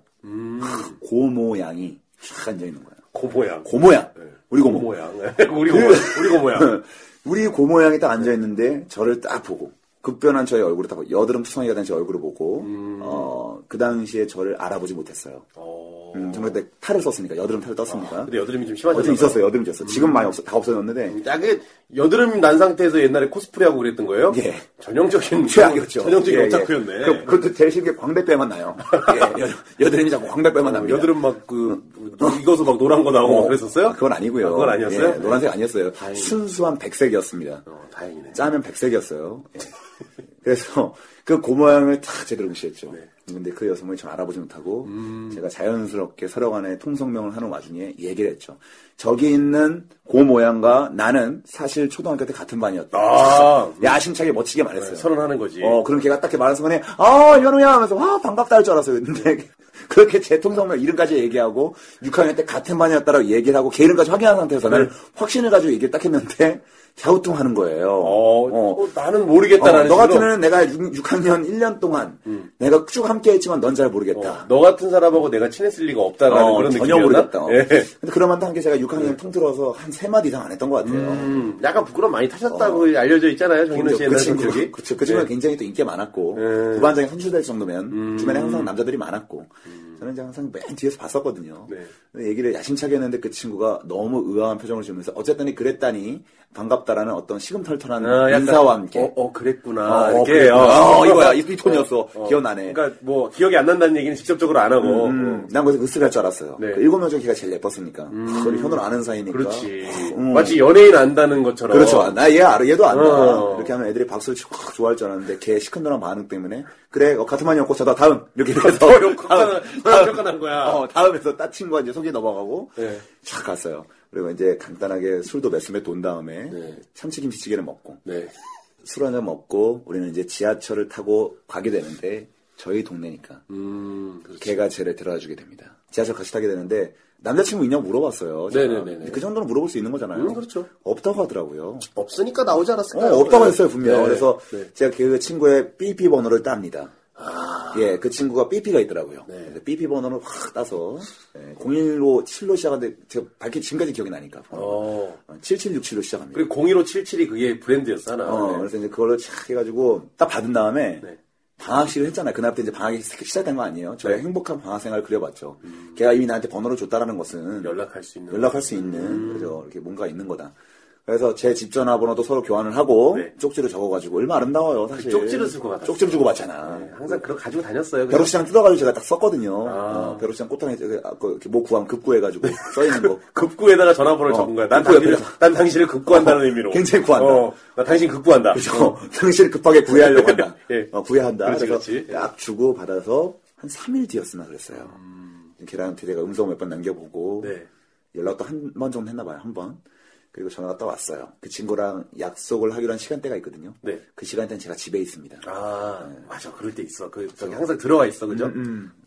고모양이 쫙 앉아 있는 거야. 고모양. 고모양 네. 우리 고모. 고모양. 우리 고모. 우리 고모양. 그 우리 고모양이 딱 앉아있는데 저를 딱 보고 급변한 저의 얼굴을 딱 보고 여드름 투성이가 된 제 얼굴을 보고 어, 그 당시에 저를 알아보지 못했어요. 음. 어. 음, 정말 그때 탈을 썼으니까 여드름 탈을 떴으니까. 근데 여드름이 좀 음. 어제 심하잖아요. 있었어요. 여드름 있었어. 지금 많이 없어 다 없어졌는데 야, 그 여드름 난 상태에서 옛날에 코스프레하고 그랬던 거예요? 예. 전형적인 최악이었죠. 전형적인 예, 예. 오타쿠였네. 그, 그것도 제일 싫은 게 광대뼈만 나요. 예, 여, 여드름이 자꾸 광대뼈만 어, 납니다. 여드름 막그 익어서 막 노란 거 나오고 막 그랬었어요? 아, 그건 아니고요. 아, 그건 아니었어요? 예, 노란색 아니었어요. 다행이네. 순수한 백색이었습니다. 어, 다행이네. 짜면 백색이었어요. 예. 그래서 그 고모양을 탁 제대로 무시했죠. 네. 근데 그 여성을 전 알아보지 못하고 음. 제가 자연스럽게 서로 간에 통성명을 하는 와중에 얘기를 했죠. 저기 있는 고모양과 나는 사실 초등학교 때 같은 반이었다. 아, 음. 야심차게 멋지게 말했어요. 네, 선언하는 거지. 어, 그럼 걔가 딱 이렇게 말한 순간에 아, 연우야 하면서 와, 반갑다 할 줄 알았어요. 근데 그렇게 제 통성명 이름까지 얘기하고 6학년 때 같은 반이었다라고 얘기를 하고 걔 이름까지 확인한 상태에서 나는 네. 확신을 가지고 얘기를 딱 했는데 갸우뚱하는 거예요. 어, 어. 어, 나는 모르겠다라는 너 식으로. 어, 음. 같은 애는 내가 6, 학년 1년 동안 내가 쭉 함께 했지만 넌 잘 모르겠다. 너 같은 사람하고 내가 친했을 리가 없다라는 어, 그런 전혀 어, 느낌이었나? 모르겠다. 어. 예. 네. 근데 그럼한다 한게 제가 6학년 통틀어서 한 세 마디 이상 안 했던 것 같아요. 음, 약간 부끄럼 많이 타셨다고 알려져 있잖아요. 정인호 씨 어. 그 옛날 친구, 성격이. 그쵸. 그 친구가 네. 굉장히 또 인기가 많았고, 네. 음. 부반장이 선출될 정도면, 주변에 항상 남자들이 많았고, 저는 이제 항상 맨 뒤에서 봤었거든요. 네. 근데 얘기를 야심차게 했는데 그 친구가 너무 의아한 표정을 지으면서, 어쨌든 그랬다니, 반갑다라는 어떤 시금털털한 아, 약간, 인사와 함께. 어, 어, 그랬구나. 이렇게. 그랬구나. 어. 어, 이거야. 이, 이 톤이었어. 기억나네. 그러니까 뭐 기억이 안 난다는 얘기는 직접적으로 안 하고. 음, 난 그래서 으쓱할 줄 알았어요. 네. 음. 그 일곱 명 중에 걔가 제일 예뻤으니까. 우리 현우를 아는 사이니까. 그렇지. 음. 그러니까 마치 연예인 안다는 것처럼. 그렇죠. 나 얘 알아. 얘도 안다. 어. 이렇게 하면 애들이 박수를 치고 확 좋아할 줄 알았는데 걔 시큰둥한 반응 때문에 그래 어, 같은 반이었고 저다 다음 이렇게 아, 해서 욕하는- 욕하는 거야. 어, 다음에서 딴 친구가 이제 속이 넘어가고 네. 착 갔어요. 그리고 이제 간단하게 술도 몇 스몇 돈 다음에 네. 참치김치찌개를 먹고 네. 술 한잔 먹고 우리는 이제 지하철을 타고 가게 되는데 저희 동네니까 음, 그렇죠. 걔가 쟤를 데려다 주게 됩니다. 지하철 같이 타게 되는데 남자친구 있냐고 물어봤어요. 제가. 네네네네. 그 정도는 물어볼 수 있는 거잖아요. 음, 그렇죠. 없다고 하더라고요. 없으니까 나오지 않았을까요? 어, 없다고 네. 했어요, 분명. 네. 그래서 네. 제가 그 친구의 삐삐 번호를 땁니다. 예, 그 친구가 삐삐가 있더라고요. 아. 네. 그래서 삐삐 번호를 확 따서 01로 7로 시작하는데 제가 밝히 지금까지 기억이 나니까. 어. 7767로 시작합니다. 그리고 01577이 그게 브랜드였어 하나. 어, 네. 그래서 이제 그걸로 착 해가지고 딱 받은 다음에 네. 방학식을 했잖아요. 그날부터 이제 방학이 시- 시작된 거 아니에요? 저의 행복한 방학 생활을 그려봤죠. 걔가 이미 나한테 번호를 줬다라는 것은 음. 연락할 수 있는. 연락할 수 있는 음. 그래서 이렇게 뭔가 있는 거다. 그래서 제 집 전화번호도 서로 교환을 하고 네. 그 쪽지를 적어가지고 얼마 나 아름다워요 사실. 쪽지를 쓸것 같았어요. 쪽지를 주고 받잖아. 네, 항상 그거 가지고 다녔어요. 그냥. 벼룩시장 뜯어가지고 제가 딱 썼거든요. 아. 네. 어, 벼룩시장 꽃다리 이렇게 뭐 구하면 급구해가지고 써있는 거. 급구에다가 전화번호를 어, 적은 거야. 난 급구에 당신을, 그래서- 난 당신을 급구한다는 어, 의미로. 굉장히 구한다. 어, 나 당신 급구한다. 어. 그래서 당신을 아, 급하게 구해하려고 한다. 예. 어, 구해한다. 그렇지, 그래서 그렇지. 예. 딱 주고 받아서 한 3일 뒤였으나 그랬어요. 걔한테 내가 음성 몇 번 남겨보고 네. 연락도 한 번 정도 했나 봐요. 한 번. 그리고 전화가 또 왔어요. 그 친구랑 약속을 하기로 한 시간대가 있거든요. 네. 그 시간대는 제가 집에 있습니다. 아, 맞아. 그럴 때 있어. 그, 저기 항상 들어와 있어. 음, 그죠?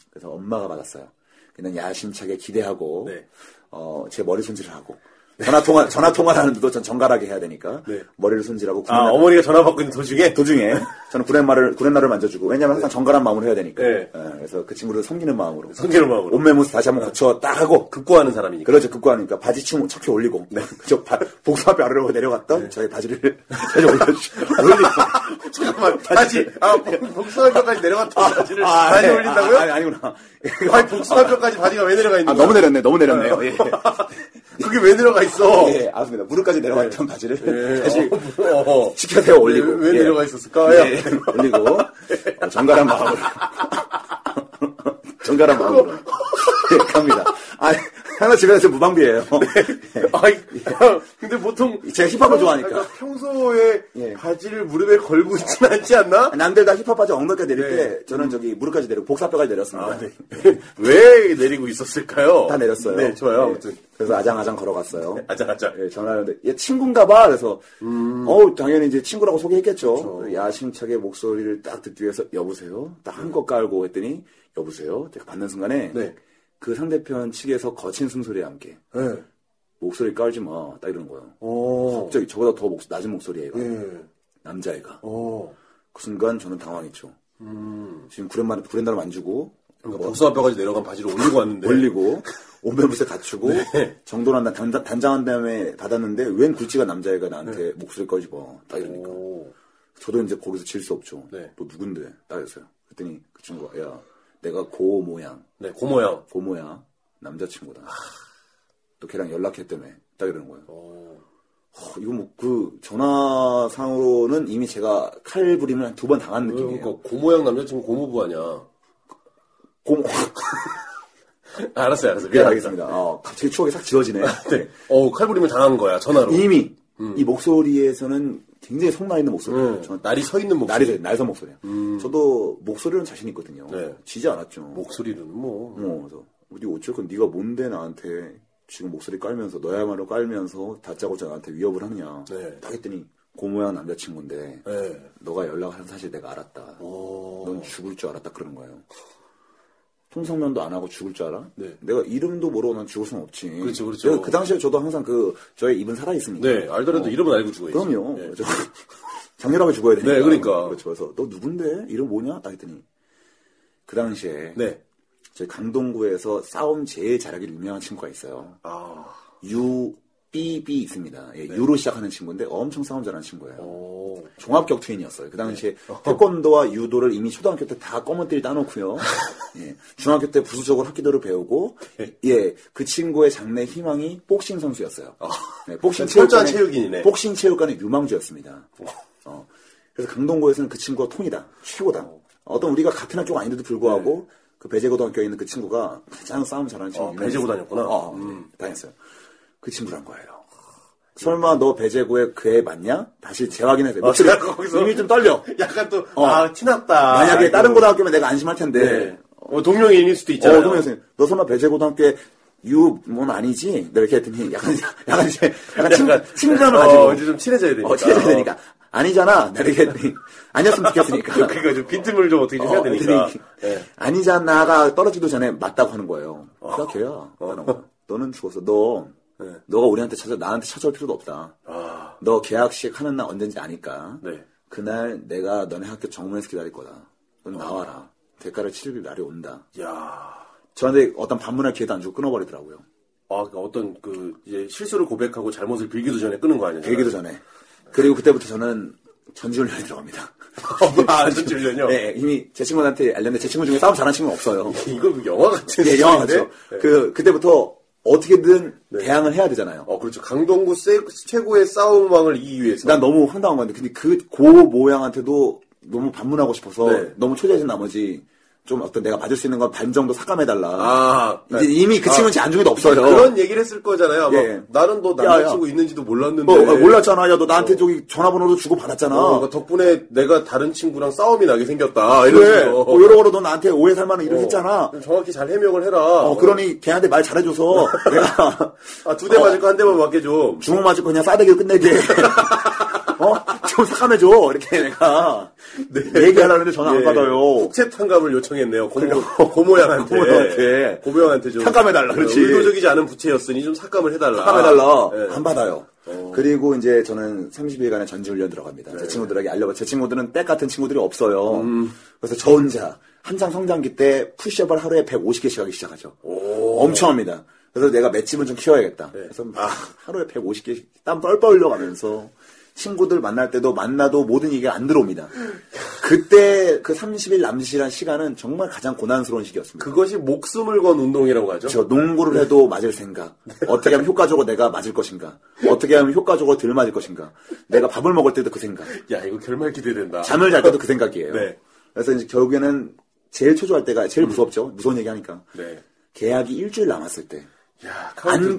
그래서 엄마가 받았어요. 그냥 야심차게 기대하고 네. 어, 제 머리 손질을 하고 전화 통화 전화 통화를 하는데도 전 정갈하게 해야 되니까 네. 머리를 손질하고 아, 구레나- 어머니가 전화 받고 있는 도중에? 도중에 저는 구레마를 구레나를 만져주고 왜냐면 항상 정갈한 마음으로 해야 되니까. 네. 예, 그래서 그 친구를 섬기는 마음으로. 섬기는 마음으로. 몸매 모습 다시 한번 고쳐 딱 하고 어, 급고하는 사람이니까. 그러죠 급구하니까 바지 춤 척추 올리고 저 바, 복수 앞에 아래로 내려갔던 저의 바지를 다시 올려주 올리고 네. 잠깐만, 다시, 아, 복- 복숭아 뼈까지 내려갔다. 바지를 다시 네. 올린다고요? 아, 아니, 아니구나 아니, 복숭아 뼈까지 바지가 왜 내려가 있는 아, 거야? 너무 내렸네 너무 내렸네요 예. 그게 왜 내려가 있어? 예, 아습니다 무릎까지 내려갔던 바지를 예, 다시 어, 어. 시켜세워 올리고 왜, 왜 예. 내려가 있었을까? 요 예, 올리고 어, 정갈한 마음으로 정갈한 마음으로 예, 갑니다 아 하나 집에서 무방비예요 네. 아이, 근데 보통 제가 힙합을 좋아하니까. 그러니까 평소에 예. 바지를 무릎에 걸고 있진 않지 않나? 아, 남들 다 힙합 바지 엉덩이까지 내릴 네. 아, 때 저는 저기 무릎까지 내리고 복사뼈까지 내렸습니다 왜 내리고 있었을까요? 다 내렸어요. 예. 네, 좋아요. 아무튼 네, 그래서 아장아장 걸어갔어요. 아자아자. 예, 전화하는데 얘 친구인가 봐. 그래서 음. 어우 당연히 이제 친구라고 그렇죠. 소개했겠죠. 그 야심차게 목소리를 딱 듣기 위해서 여보세요. 딱 한 것 깔고 했더니 여보세요. 제가 받는 순간에 네. 그 상대편 측에서 거친 숨소리와 함께 네. 목소리 깔지 마. 딱 이러는 거예요. 오. 갑자기 저보다 더 목- 낮은 목소리예요. 예. 남자애가. 오. 그 순간 저는 당황했죠. 음. 지금 구렛말 구렛나를 만지고 그러니까 복숭아 뼈까지 내려간 바지를 올리고 네. 왔는데. 올리고 옷매무새 네. 갖추고 정돈한 다 단장, 단장한 다음에 받았는데 웬 굴지가 남자애가 나한테 목소리 꺼집어 딱 이러니까 네. 오. 저도 이제 거기서 질 수 없죠 네. 너 누군데 딱 했어요 그랬더니 그 친구가 야 내가 고 모양 네, 고모양. 고 모양 남자친구다 아. 또 걔랑 연락했다며 딱 이러는 거예요 오. 허, 이거 뭐 그 전화상으로는 이미 제가 칼부림을 한 두 번 당한 느낌이에요 그러니까 고모양 남자친구 고모부 아니야. 고 모- 아, 알았어요, 알았어요. 예, 미안, 알겠습니다 어, 갑자기 추억이 싹 지워지네 네. 어우, 칼부림을 당한 거야, 전화로. 이미 이 목소리에서는 굉장히 속나 있는 목소리예요. 음, 저는 날이 서 있는 목소리. 음. 날이 서- 날선 목소리예요. 저도 목소리는 자신 있거든요. 네. 지지 않았죠. 목소리는 뭐. 어, 그래서 우리 어쨌건 네가 뭔데 나한테 지금 목소리 깔면서 너야말로 깔면서 다짜고짜 나한테 위협을 하느냐. 네. 딱 했더니 그 고모양 남자친구인데 네. 어. 너가 연락을 한 사실 내가 알았다. 오. 넌 죽을 줄 알았다 그러는 거예요. 통성명도 안 하고 죽을 줄 알아? 네. 내가 이름도 모르고 난 죽을 순 없지. 그렇죠, 그렇죠. 내가 그 당시에 저도 항상 그 저의 입은 살아 있으니까. 네, 알더라도 이름은 알고 죽어야지. 그럼요. 네. 저- 장렬하게 죽어야 되니까. 네, 그러니까. 그렇죠. 그래서 너 누군데? 이름 뭐냐? 딱 했더니 그 당시에 네. 저희 강동구에서 싸움 제일 잘하기로 유명한 친구가 있어요. 아. 네. 유삐삐 있습니다. 예, 유로 시작하는 친구인데 엄청 싸움 잘하는 친구예요. 어. 오. 종합격투인이었어요. 그 당시에 네. 태권도와 유도를 이미 초등학교 때 다 검은띠를 따놓고요. 예, 중학교 때 부수적으로 합기도를 배우고 예, 그 친구의 장래 희망이 복싱 선수였어요. 네, 복싱 철저한 체육관의- 체육인이네. 복싱 체육관의 유망주였습니다. 어, 그래서 강동구에서는 그 친구가 통이다. 최고다. 어떤 우리가 같은 학교가 아닌데도 불구하고 그 배제고등학교에 있는 그 친구가 가장 싸움 잘하는 친구. 네. 어, 배제고 다녔구나. 음. 어, 네, 다녔어요. 그 친구란 거예요. 설마 너 배제고에 그 애 맞냐? 다시 재확인해서 목소리 제가 아, 거기서- 아, 그 이미 좀 떨려. 약간 또, 어. 아, 티났다. 만약에 아이고. 다른 고등학교면 내가 안심할 텐데. 네. 어, 동명이인일 수도 있잖아요. 어, 동현 선생님, 너 설마 배제고등학교에 유뭔 아니지? 내가 이렇게 했더니 약간 약간 이제 약간 친, 약간, 친근함을 어, 가지고 이제 좀 친해져야 되니까. 어, 친해져야 되니까. 아니잖아. 내가 이렇게 했더니 아니었으면 좋겠으니까. 그러니까 좀 빈틈을 좀 어떻게 좀 해야 어, 되니까. 애들이 예. 아니잖아가 떨어지기 전에 맞다고 하는 거예요. 나 어. 걔야. 라는 거야. 너는 죽었어. 너 네. 너가 우리한테 찾아 나한테 찾아올 필요도 없다. 아, 너 계약식 하는 날 언젠지 아니까. 네. 그날 내가 너네 학교 정문에서 기다릴 거다. 넌 나와라. 대가를 치를 날이 온다. 야. 저한테 어떤 반문할 기회도 안 주고 끊어버리더라고요. 아, 그러니까 어떤 그 이제 실수를 고백하고 잘못을 빌기도 전에 끊은 거 아니에요? 되기도 전에. 그리고 그때부터 저는 전지훈련에 들어갑니다. 아, 전지훈련이요? 네, 이미 제 친구한테 알렸는데 제 친구 중에 싸움 잘하는 친구는 없어요. 이거 그 영화 같은 예, 영화 스토리인데? 같죠. 그, 그때부터 어떻게든 네. 대항을 해야 되잖아요. 어, 그렇죠. 강동구 세- 최고의 싸움왕을 이기기 위해서. 난 너무 황당한 건데, 근데 그 고 모양한테도 너무 반문하고 싶어서 네. 너무 초조해진 나머지 좀 어떤 내가 맞을 수 있는 건 반 정도 삭감해달라. 아, 이제 이미 그 아, 친구는 제 안중에도 없어요. 그런 얘기를 했을 거잖아요. 아마 예. 나는 너 야, 남자친구 야. 있는지도 몰랐는데. 너 어, 몰랐잖아. 야, 너 나한테 저기 전화번호도 주고 받았잖아. 네. 어, 그러니까 덕분에 내가 다른 친구랑 싸움이 나게 생겼다. 이런 그래. 식으로. 어, 여러 거로 너 나한테 오해 살 만한 일을 어, 했잖아. 좀 정확히 잘 해명을 해라. 어, 그러니 걔한테 말 잘해줘서 내가 어. 아, 두 대 맞을 거 한 대만 맞게 좀. 주먹 맞을 거냐 싸대기로 끝내게. 어? 좀 삭감해줘. 이렇게 내가 얘기하려는데 전화 예. 안 받아요. 국채 탕감을 요청했네요. 고모, 고모양한테. 고모양한테. 고모양한테 좀. 탕감해달라, 그렇지. 어, 의도적이지 않은 부채였으니 좀 삭감을 해달라. 삭감해달라. 예. 안 받아요. 그리고 이제 저는 30일간의 전지훈련 들어갑니다. 네. 제 친구들에게 알려봐. 제 친구들은 백 같은 친구들이 없어요. 음. 그래서 저 혼자 한창 성장기 때 푸시업을 하루에 150개씩 하기 시작하죠. 엄청 합니다. 그래서 내가 맷집은 좀 키워야겠다. 네. 그래서 아. 막 하루에 150개씩 땀 뻘뻘 흘려가면서 친구들 만날 때도 만나도 모든 얘기가 안 들어옵니다. 그때 그 30일 남짓이란 시간은 정말 가장 고난스러운 시기였습니다. 그것이 목숨을 건 운동이라고 하죠. 저 농구를 해도 맞을 생각. 어떻게 하면 효과적으로 내가 맞을 것인가. 어떻게 하면 효과적으로 덜 맞을 것인가. 내가 밥을 먹을 때도 그 생각. 야, 이거 결말 기대된다. 잠을 잘 때도 그 생각이에요. 네. 음. 그래서 이제 결국에는 제일 초조할 때가 제일 무섭죠. 무서운 얘기 하니까. 네. 계약이 일주일 남았을 때. 야, 카운트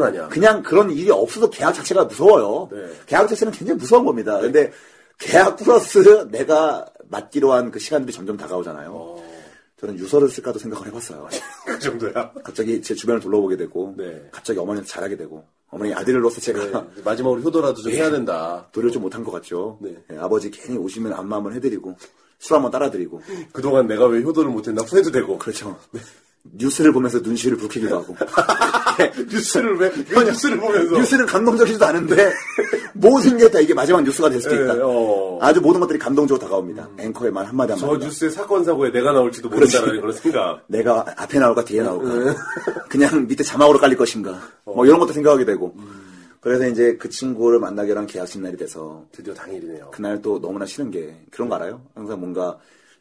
아니야. 그냥 그런 일이 없어도 계약 자체가 무서워요. 네. 계약 자체는 굉장히 무서운 겁니다. 근데 계약 플러스 내가 맞기로 한 그 시간들이 점점 다가오잖아요. 어. 저는 유서를 쓸까도 생각을 해봤어요. 그 정도야. 갑자기 제 주변을 둘러보게 되고 네. 갑자기 어머니한테 잘하게 되고 어머니 아들로서 제가 네, 마지막으로 효도라도 예. 좀 해야 된다. 도리를 좀 못한 것 같죠. 네. 예, 아버지 괜히 오시면 안마 한번 해드리고 술 한번 따라드리고 그동안 내가 왜 효도를 못했나 후회도 되고. 그렇죠. 뉴스를 보면서 눈시를 붉히기도 하고 네, 뉴스를 왜, 왜 뉴스를 보면서. 뉴스는 감동적이지도 않은데 모든 게 다 이게 마지막 뉴스가 될 수도 예, 있다. 어. 아주 모든 것들이 감동적으로 다가옵니다. 앵커의 말 한마디 저 한마디. 뉴스의 사건 사고에 내가 나올지도 그렇지. 모른다라는 그런 생각. 내가 앞에 나올까 뒤에 네. 나올까 그냥 밑에 자막으로 깔릴 것인가 어. 뭐 이런 것도 생각하게 되고 음. 그래서 이제 그 친구를 만나기로 한 계약식 날이 돼서 드디어 당일이네요. 그날 또 너무나 싫은 게 그런 거 알아요? 항상 뭔가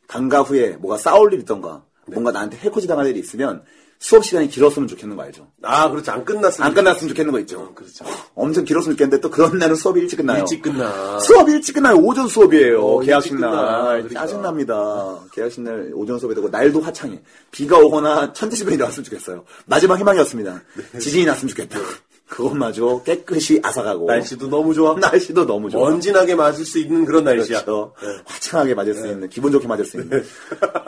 강가 후에 뭐가 싸울 일 있던가 네. 뭔가 나한테 해코지 당할 일이 있으면 수업 시간이 길었으면 좋겠는 거 알죠? 아, 그렇지. 안 끝났으니까. 안 끝났으면 좋겠는 거 있죠? 그렇죠. 엄청 길었으면 좋겠는데 또 그런 날은 수업이 일찍 끝나요. 일찍 끝나. 수업이 일찍 끝나요. 오전 수업이에요. 어, 계약식 일찍 끝나. 날. 아, 그러니까. 짜증납니다. 계약식 날 오전 수업이 되고 날도 화창해. 비가 오거나 천지지변이 나왔으면 좋겠어요. 마지막 희망이었습니다. 네. 지진이 났으면 좋겠다. 그것마저 깨끗이 아사가고 어, 날씨도 어, 너무 좋아. 날씨도 너무 좋아. 먼지나게 맞을 수 있는 그런 날씨야. 그렇죠. 네. 화창하게 맞을 수 있는, 기분 좋게 맞을 수 있는.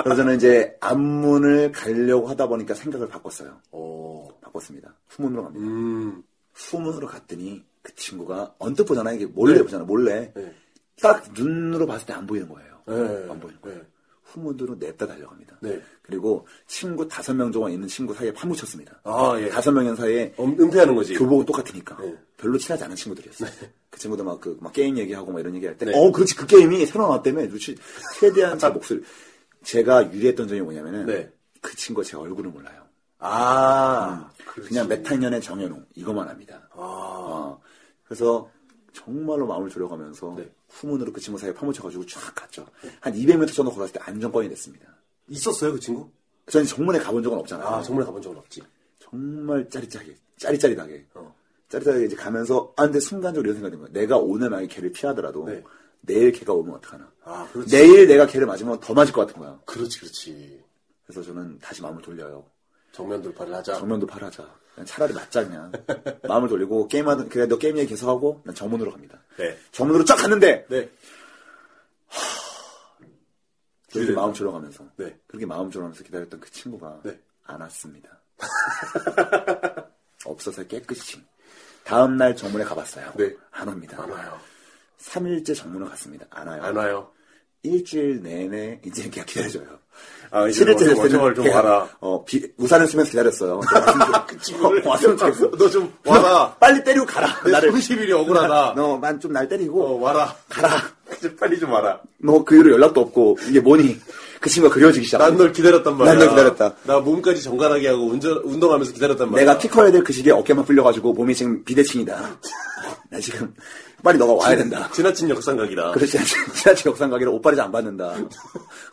그래서 저는 이제 앞문을 가려고 하다 보니까 생각을 바꿨어요. 오. 바꿨습니다. 후문으로 갑니다. 음. 후문으로 갔더니 그 친구가 언뜻 보잖아. 이게 몰래 보잖아. 몰래. 네. 딱 눈으로 봤을 때 안 보이는 거예요. 네. 안 보이는 거예요. 네. 후문으로 냅다 달려갑니다. 네. 그리고 친구 다섯 명 정도 있는 친구 사이에 파묻혔습니다. 아, 예. 다섯 명인 사이에 엄- 은폐하는 거지. 교복은 똑같으니까 네. 별로 별로 친하지 않은 친구들이었어요. 그 친구들 막 그 막 게임 얘기하고 막 이런 얘기할 때, 네. 어 그렇지 그 게임이 새로 나왔다며 루치 최대한 제 목소리. 제가 유리했던 점이 뭐냐면은 네. 그 친구가 제 얼굴을 몰라요. 음. 아. 그냥 몇 학년의 정현웅 이거만 합니다. 어, 그래서 정말로 마음을 졸여가면서 네. 후문으로 그 친구 사이에 파묻혀가지고 쫙 갔죠. 한 200m 정도 걸었을 때 안정권이 됐습니다. 있었어요, 그 친구? 저는 정문에 가본 적은 없잖아요. 아, 정말 가본 적은 없지. 정말 짜릿하게, 짜릿짜릿하게, 어. 짜릿하게 이제 가면서, 아, 근데 순간적으로 이런 생각이 든 거야. 내가 오늘 만약에 걔를 피하더라도, 네. 내일 걔가 오면 어떡하나. 아, 그렇지. 내일 내가 걔를 맞으면 더 맞을 것 같은 거야. 그렇지, 그렇지. 그래서 저는 다시 마음을 돌려요. 정면 돌파를 하자. 정면도 팔하자. 그냥 차라리 맞자, 그냥. 마음을 돌리고, 게임하던, 그래, 너 게임 얘기 계속하고, 난 정문으로 갑니다. 네. 정문으로 쫙 갔는데, 네. 그렇게 기대된다. 마음 졸여가면서, 네. 그렇게 마음 졸여가면서 기다렸던 그 친구가, 네. 안 왔습니다. 없어서 깨끗이. 다음날 정문에 가봤어요. 네. 안 옵니다. 안 와요. 3일째 정문을 갔습니다. 안 와요. 안 와요. 일주일 내내 이제 그냥 기다려줘요. 아, 이제 7일째 어서- 어서 좀 와라. 어, 비, 우산을 쓰면서 기다렸어요. 그 친구를- 왔으면 좋겠어. 너좀 와라. 빨리 때리고 가라. 내 나를. 30일이 억울하다. 너만 좀 날 때리고. 어, 와라. 가라. 이제 빨리 좀 와라. 너 그 이후로 연락도 없고 이게 뭐니? 그 친구가 그려지기 시작. 난 널 기다렸단 말이야. 난널 기다렸다. 나 몸까지 정갈하게 하고 운전, 운동하면서 기다렸단 말이야. 내가 키 커야 될 그 시기에 어깨만 풀려가지고 몸이 지금 비대칭이다. 나 지금 빨리 너가 와야 된다. 지나친 역상각이다. 그렇지 않죠. 지하철 역상가기를 옷바르지 안 받는다.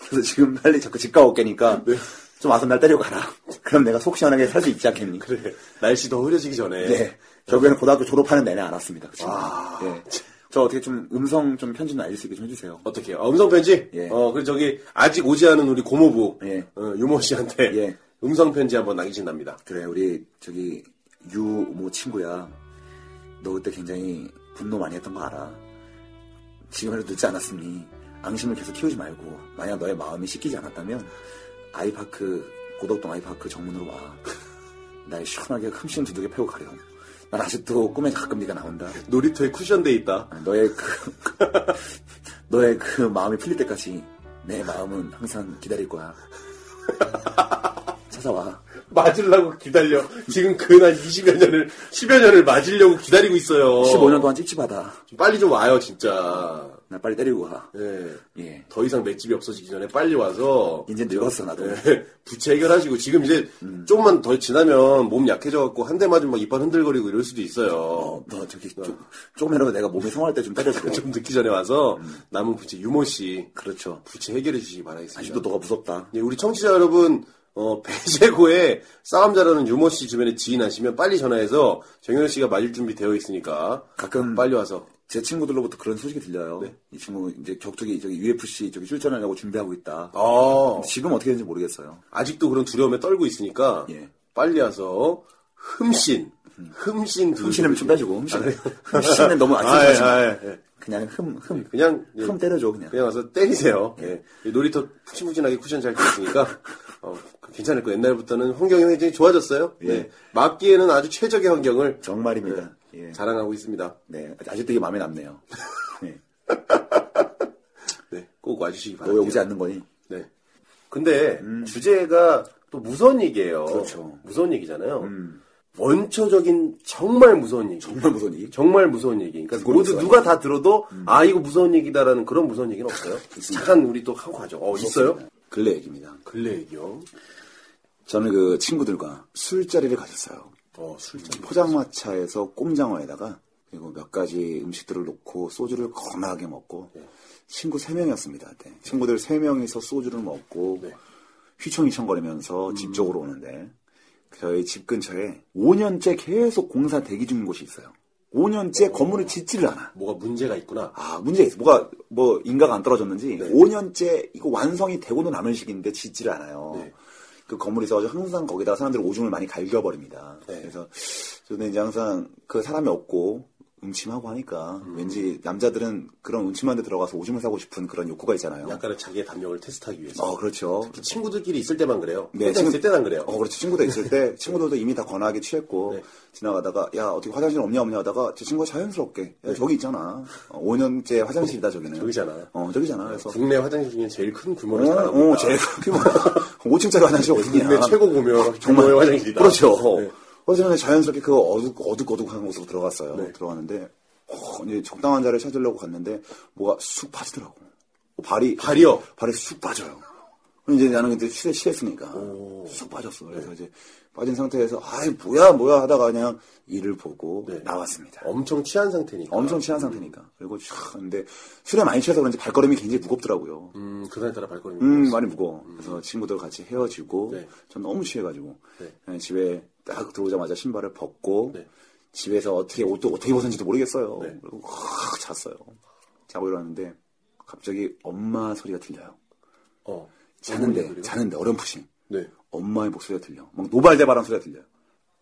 그래서 지금 빨리 자꾸 집 가고 깨니까 네. 좀 와서 날 때리고 가라. 그럼 내가 속 시원하게 살 수 있지 않겠니? 그래. 날씨 더 흐려지기 전에. 네. 결국에는 고등학교 졸업하는 내내 알았습니다. 그 친구. 예. 저 어떻게 좀 음성 좀 편지 좀 알릴 수 있게 좀 해주세요. 어떻게 해요? 음성편지? 예. 어, 그리고 저기, 아직 오지 않은 우리 고모부. 예. 어, 유모 씨한테. 예. 음성편지 한번 남기신답니다. 그래 우리 저기 유모 친구야. 너 그때 굉장히 분노 많이 했던 거 알아. 지금이라도 늦지 않았으니 앙심을 계속 키우지 말고 만약 너의 마음이 씻기지 않았다면 아이파크 고덕동 아이파크 정문으로 와. 날 시원하게 흠씬 두둑에 패고 가렴. 난 아직도 꿈에 가끔 네가 나온다. 놀이터에 쿠션돼 있다. 너의 그 너의 그 마음이 풀릴 때까지 내 마음은 항상 기다릴 거야. 찾아와. 맞으려고 기다려. 지금 그날 20여 년을, 10여 년을 맞으려고 기다리고 있어요. 15년 동안 찝찝하다. 좀 빨리 좀 와요, 진짜. 나 빨리 때리고 가. 예. 예. 더 이상 맷집이 없어지기 전에 빨리 와서 이제 늙었어 나도. 예, 부채 해결하시고 지금 이제 조금만 더 지나면 몸 약해져 갖고 한 대 맞으면 막 이빨 흔들거리고 이럴 수도 있어요. 어, 너 저기 조, 조금이라도 내가 몸이 성할 때 좀 때려줘. 좀 늦기 전에 와서 남은 부채 유모 씨 그렇죠. 부채 해결해 주시기 음. 바라겠습니다. 아직도 너가 무섭다. 예, 우리 청취자 여러분, 어, 배재고의 싸움 잘하는 유모 씨 주변에 지인 아시면 빨리 전화해서 정현 씨가 맞을 준비 되어 있으니까 가끔 빨리 와서. 네. 제 친구들로부터 그런 소식이 들려요. 이 친구 이제 격투기 저기 UFC 저기 출전하려고 준비하고 있다. 아, 지금 어떻게 되는지 모르겠어요. 아직도 그런 두려움에 떨고 있으니까 예. 빨리 와서 그 흠신, 흠신 두- 흠신은 좀 빼주고 흠신. 흠신은 너무 아, 안 쓰지 마. 예, 아, 예, 예. 그냥 흠 흠. 그냥 예, 흠 때려줘 그냥. 그냥 와서 때리세요. 예. 이 놀이터 푸신푸신하게 쿠션 잘 되었으니까 어, 괜찮을 거예요. 옛날부터는 환경이 굉장히 좋아졌어요. 예. 네. 맞기에는 아주 최적의 환경을 네. 정말입니다. 예. 자랑하고 있습니다. 네. 아직도 이게 마음에 남네요. 네. 네, 꼭 와주시기 너왜 바랍니다. 오지 않는 거니? 네. 근데 주제가 또 무서운 얘기예요. 그렇죠. 음. 무서운 얘기잖아요. 원초적인 정말 무서운 얘기. 정말 무서운 얘기? 정말 무서운 얘기. 그러니까 그건 모두 있어요. 음. 누가 다 들어도 아 이거 무서운 얘기다라는 그런 무서운 얘기는 없어요. 잠깐 우리 또 하고 가죠. 어 있어요? 근래 얘기입니다. 근래 얘기요. 저는 그 친구들과 술자리를 가졌어요. 어 술잔. 포장마차에서 꼼장어에다가 그리고 몇 가지 음식들을 놓고 소주를 거나하게 먹고 친구 세명이었습니다 친구들 세명이서 소주를 먹고 휘청휘청거리면서 집 쪽으로 오는데 저희 집 근처에 5년째 계속 공사 대기 중인 곳이 있어요. 5년째 건물을 짓지를 않아. 뭐가 문제가 있구나. 아, 문제 있어. 뭐가, 뭐, 인가가 안 떨어졌는지, 네. 5년째, 이거 완성이 되고도 남은 시기인데 짓지를 않아요. 네. 그 건물에서 항상 거기다가 사람들이 오줌을 많이 갈겨버립니다. 네. 그래서, 저는 이제 항상 그 사람이 없고, 음침하고 하니까, 왠지 남자들은 그런 음침한 데 들어가서 오줌을 싸고 싶은 그런 욕구가 있잖아요. 약간의 자기의 담력을 테스트하기 위해서. 어, 그렇죠. 특히 친구들끼리 있을 때만 그래요. 네, 혼자 친구- 있을 때는 안 그래요. 어, 그렇지. 친구들 있을 때, 친구들도 이미 다 권하게 취했고, 네. 지나가다가, 야, 어떻게 화장실 없냐, 없냐 하다가, 제 친구가 자연스럽게, 야, 저기 있잖아. 어, 5년째 화장실이다, 저기는. 네. 저기잖아. 어, 저기잖아. 그래서, 국내 화장실 중에 제일 큰 규모로 어, 어, 제일 뭐 5층짜리 화장실 어디냐. 국내 최고 규모 네, 규모의 화장실이다. 아, 그렇죠. 네. 그래서 저는 자연스럽게 그 어둑, 어둑어둑한 곳으로 들어갔어요. 네. 들어갔는데, 어, 이제 적당한 자리를 찾으려고 갔는데, 뭐가 쑥 빠지더라고. 뭐 발이, 발이요? 발이 쑥 빠져요. 이제 나는 그때 취해, 취했으니까. 쑥 빠졌어. 그래서 이제 빠진 상태에서, 아이, 뭐야, 뭐야 하다가 그냥 이를 보고 네. 나왔습니다. 엄청 취한 상태니까. 엄청 취한 상태니까. 그리고 촥, 근데 술에 많이 취해서 그런지 발걸음이 굉장히 무겁더라고요. 음, 그날에 따라 발걸음이. 음, 많았어요. 많이 무거워. 그래서 친구들 같이 헤어지고, 네. 전 너무 취해가지고, 네. 그냥 집에 딱 들어오자마자 신발을 벗고, 네. 집에서 어떻게, 옷도 어떻게 벗었는지도 모르겠어요. 네. 그리고 확 잤어요. 자고 일어났는데, 갑자기 엄마 소리가 들려요. 어. 자는데, 어머니 소리가? 자는데, 어렴풋이. 네. 엄마의 목소리가 들려. 막 노발대발한 소리가 들려요.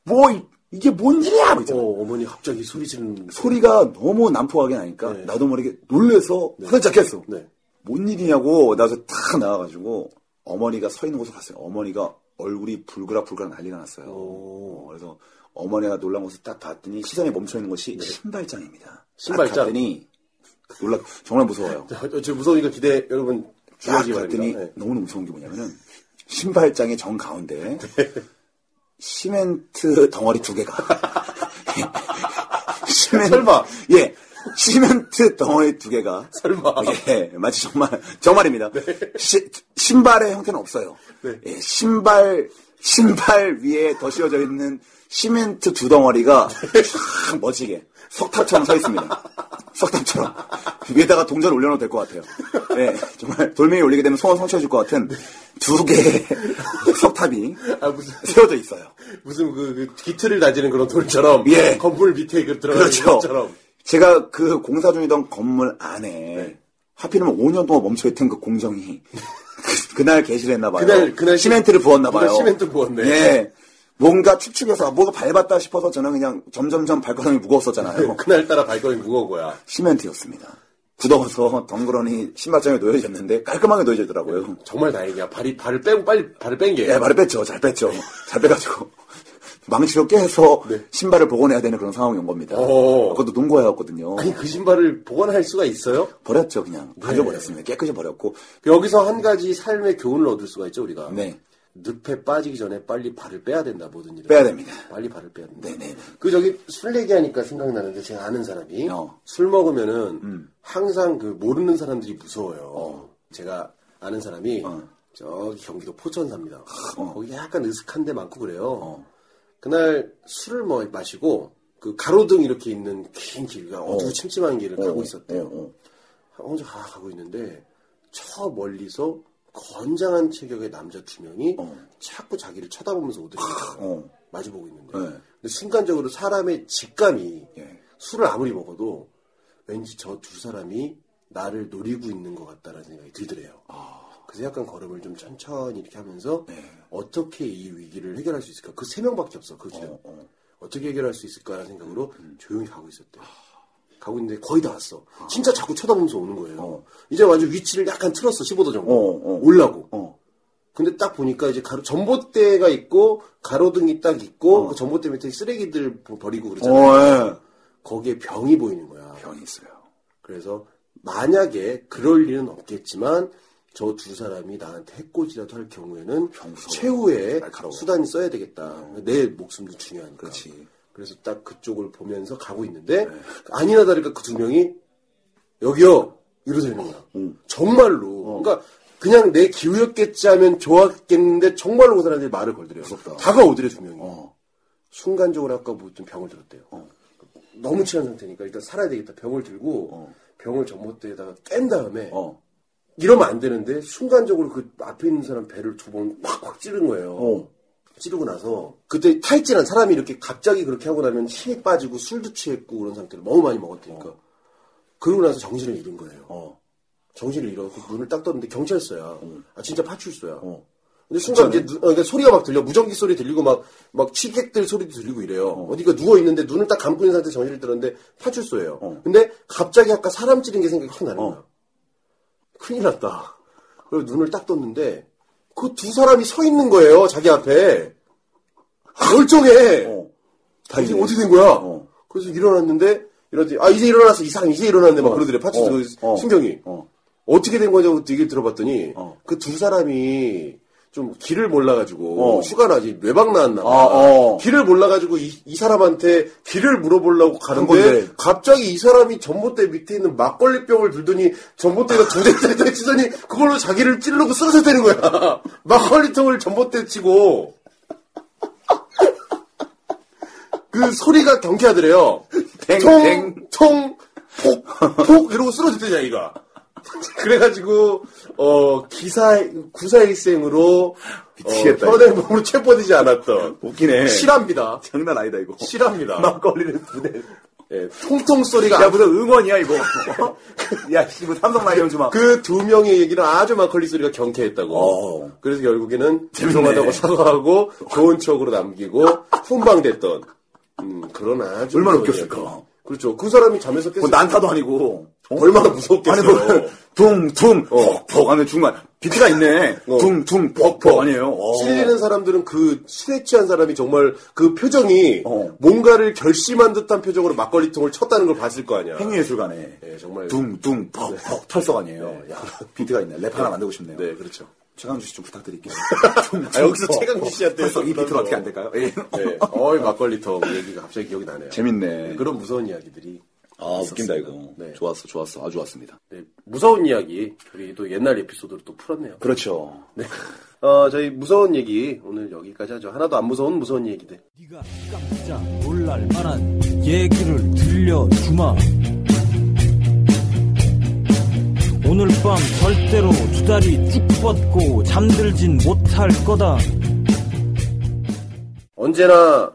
뭐, 이- 이게 뭔 일이야! 막 어, 이러잖아. 어머니 갑자기 소리 지르는. 소리가 너무 난폭하게 나니까, 네. 나도 모르게 놀래서 화들짝 깼어. 네. 뭔 일이냐고 나서 탁 나와가지고 어머니가 서 있는 곳을 봤어요. 어머니가 얼굴이 불그락불그락 난리가 났어요. 오. 어, 그래서 어머니가 놀란 곳을 딱 봤더니 시선이 멈춰 있는 것이 신발장입니다. 네. 신발장. 딱 갔더니 놀라 정말 무서워요. 자, 어, 저 무서우니까 기대, 여러분. 딱 주의하시기 갔더니 바랍니다. 네. 너무너무 무서운 게 뭐냐면은 신발장의 정 가운데 네. 시멘트 덩어리 두 개가 시멘- 설마. 예 시멘트 덩어리 두 개가 설마. 예 마치 정말 정말입니다 시- 신발의 형태는 없어요 네. 예, 신발 신발 위에 더 씌워져 있는 시멘트 두 덩어리가 촥 멋지게 석탑처럼 서 있습니다. 석탑처럼 위에다가 동전 올려놓으면 될 것 같아요. 예, 정말 돌멩이 올리게 되면 소원 성취해줄 것 같은 두 개의 석탑이 아, 무슨, 세워져 있어요. 무슨 그, 그 기틀을 다지는 그런 돌처럼. 예. 건물 밑에 그 들어가는 그렇죠. 것처럼. 제가 그 공사 중이던 건물 안에 네. 하필이면 5년 동안 멈춰있던 그 공정이 그- 그날 개시를 했나봐요. 그날- 그날 시- 시멘트를 부었나봐요. 그날 시멘트 부었네. 예. 뭔가 축축해서 뭐가 밟았다 싶어서 저는 그냥 점점점 발걸음이 무거웠었잖아요. 네. 그날따라 발걸음이 무거워야. 시멘트였습니다. 굳어서 덩그러니 신발장에 놓여졌는데 깔끔하게 놓여지더라고요. 정말 다행이야. 발이, 발을 빼고 빨리 발을 뺀 게. 예, 발을 뺐죠. 잘 뺐죠. 잘 빼가지고. 망치로 깨서 네. 신발을 복원해야 되는 그런 상황이 온 겁니다. 어. 그것도 농구화였거든요. 아니 그 신발을 보관할 수가 있어요? 버렸죠, 그냥. 버려버렸습니다. 깨끗이 버렸고. 여기서 한 가지 삶의 교훈을 얻을 수가 있죠 우리가. 네. 늪에 빠지기 전에 빨리 발을 빼야 된다 뭐든 일 빼야 됩니다. 빨리 발을 빼야 된다. 네네. 그 저기 술 얘기하니까 생각나는데 제가 아는 사람이 어. 음. 술 먹으면은 항상 그 모르는 사람들이 무서워요. 어. 제가 아는 사람이 저기 경기도 포천 삽니다. 어. 거기 약간 으슥한 데 많고 그래요. 그날 술을 뭐 마시고 그 가로등 이렇게 있는 긴 길과 어두고 침침한 길을 가고 있었대요. 예, 혼자 가- 가고 있는데 저 멀리서 건장한 체격의 남자 두 명이 자꾸 자기를 쳐다보면서 오더니 어. 마주보고 있는데 네. 근데 순간적으로 사람의 직감이 예. 술을 아무리 먹어도 왠지 저 두 사람이 나를 노리고 있는 것 같다라는 생각이 들더래요. 아. 그래서 약간 걸음을 좀 천천히 이렇게 하면서 네. 어떻게 이 위기를 해결할 수 있을까? 그 세 명밖에 없어 그 길은 어. 떻게 해결할 수 있을까라는 생각으로 음, 조용히 가고 있었대요. 가고 있는데 거의 다 왔어. 아. 진짜 자꾸 쳐다보면서 오는 거예요. 이제 완전 위치를 약간 틀었어 15도 정도 어, 어. 올라고. 어. 근데 딱 보니까 이제 가로 전봇대가 있고 가로등이 딱 있고 그 전봇대 밑에 쓰레기들 버- 버리고 그러잖아요. 어, 예. 거기에 병이 보이는 거야. 병이 있어요. 그래서 만약에 그럴 일은 없겠지만 저 두 사람이 나한테 해코지라도 할 경우에는 무서워. 최후의 날카로워. 수단이 써야 되겠다. 내 목숨도 중요하니까. 그렇지. 네. 그래서 딱 그쪽을 보면서 가고 있는데 아니나 다를까 그 두 명이 여기요 이러서 있는 거야. 음. 정말로. 어. 그러니까 그냥 내 기우였겠지 하면 좋았겠는데 정말로 그 사람들이 말을 걸더래요. 다가오더래 두 명이. 어. 순간적으로 아까 무슨 병을 들었대요. 너무 취한 상태니까 일단 살아야 되겠다. 병을 들고 병을 전봇대에다가 깬 다음에 어. 이러면 안 되는데 순간적으로 그 앞에 있는 사람 배를 두 번 확 확 찌른 거예요. 어. 찌르고 나서 그때 탈진한 사람이 이렇게 갑자기 그렇게 하고 나면 힘이 빠지고 술도 취했고 그런 상태로 너무 많이 먹었으니까 그러고 나서 정신을 잃은 거예요. 어. 정신을 잃어서 그 눈을 딱 떴는데 경찰서야. 아 진짜 파출소야. 어. 근데 순간 이제 눈- 어, 그러니까 소리가 막 들려 무전기 소리 들리고 막 막 취객들 소리도 들리고 이래요. 어. 디가 누워 있는데 눈을 딱 감고 있는 상태 에서 정신을 들었는데 파출소예요. 어. 근데 갑자기 아까 사람 찌른 게 생각이 확 나는 거야. 큰일 났다. 그리고 눈을 딱 떴는데 그 두 사람이 서 있는 거예요. 자기 앞에 아, 멀쩡해. 어. 다 이제 어떻게 된 거야? 어. 그래서 일어났는데 이러더니 아 이제 일어났어 이 사람 이제 일어났네 막 그러더래 파출소 어. 순경이 어. 어. 떻게된 거냐고 얘기를 들어봤더니 어. 그 두 사람이 좀 길을 몰라가지고 어. 휴가 나지 뇌박 나왔나 봐 아, 어. 길을 몰라가지고 이, 이 사람한테 길을 물어보려고 가는데 건데. 갑자기 이 사람이 전봇대 밑에 있는 막걸리 병을 들더니 전봇대가 두 대짜리 치더니 그걸로 자기를 찌르고 쓰러져 되는 거야 막걸리통을 전봇대 치고 그 소리가 경쾌하더래요. 댕, 통, 댕. 통, 폭, 폭 이러고 쓰러졌대 자기가. 그래가지고 어 기사 구사일생으로 미치겠다, 어, 현의 몸으로 체포되지 않았던 예. 웃기네. 실합니다. 장난 아니다, 이거. 실합니다. 막걸리는 두 대. 예, 통통 소리가 야, 무슨 응원이야, 이거. 어? 야, 씨, 뭐 삼성 라이온즈 막. 그 두 명의 얘기는 아주 막걸리 소리가 경쾌했다고. 어. 그래서 결국에는 재밌네. 죄송하다고 사과하고 좋은 척으로 남기고 훈방됐던 음, 그런 아주 얼마나 무서운 웃겼을까. 이야기. 그렇죠. 그 사람이 잠에서 깼을 뭐 난타도 아니고. 어? 얼마나 아니, 무섭겠어요. 뭐, 둥, 둥, 퍽, 퍽 하는 중간. 비트가 있네. 어. 둥, 둥, 어. 퍽, 퍽. 아니에요. 어. 실리는 사람들은 그 술에 취한 사람이 정말 그 표정이 어. 뭔가를 결심한 듯한 표정으로 막걸리통을 쳤다는 걸 봤을 거 아니야. 행위예술가네. 예, 정말. 둥, 둥, 퍽, 퍽. 털썩 아니에요. 야, 비트가 있네. 랩 하나 만들고 싶네요. 네, 그렇죠. 최강주 씨 좀 부탁드릴게요. 아, 여기서 최강주 씨한테 벌써 이 비트는 부탁드려. 어떻게 안 될까요? 예. 네. 어이, 막걸리통 얘기가 갑자기 기억이 나네요. 재밌네. 그런 무서운 이야기들이. 아, 웃긴다, 있었습니다. 이거. 네. 좋았어, 좋았어. 아주 좋았습니다. 네, 무서운 이야기. 우리 또 옛날 에피소드로 또 풀었네요. 그렇죠. 네. 어, 저희 무서운 얘기 오늘 여기까지 하죠. 하나도 안 무서운 무서운 얘기들. 네가 깜짝 놀랄 만한 얘기를 들려주마 오늘 밤 절대로 두 다리 쭉 뻗고 잠들진 못할 거다 언제나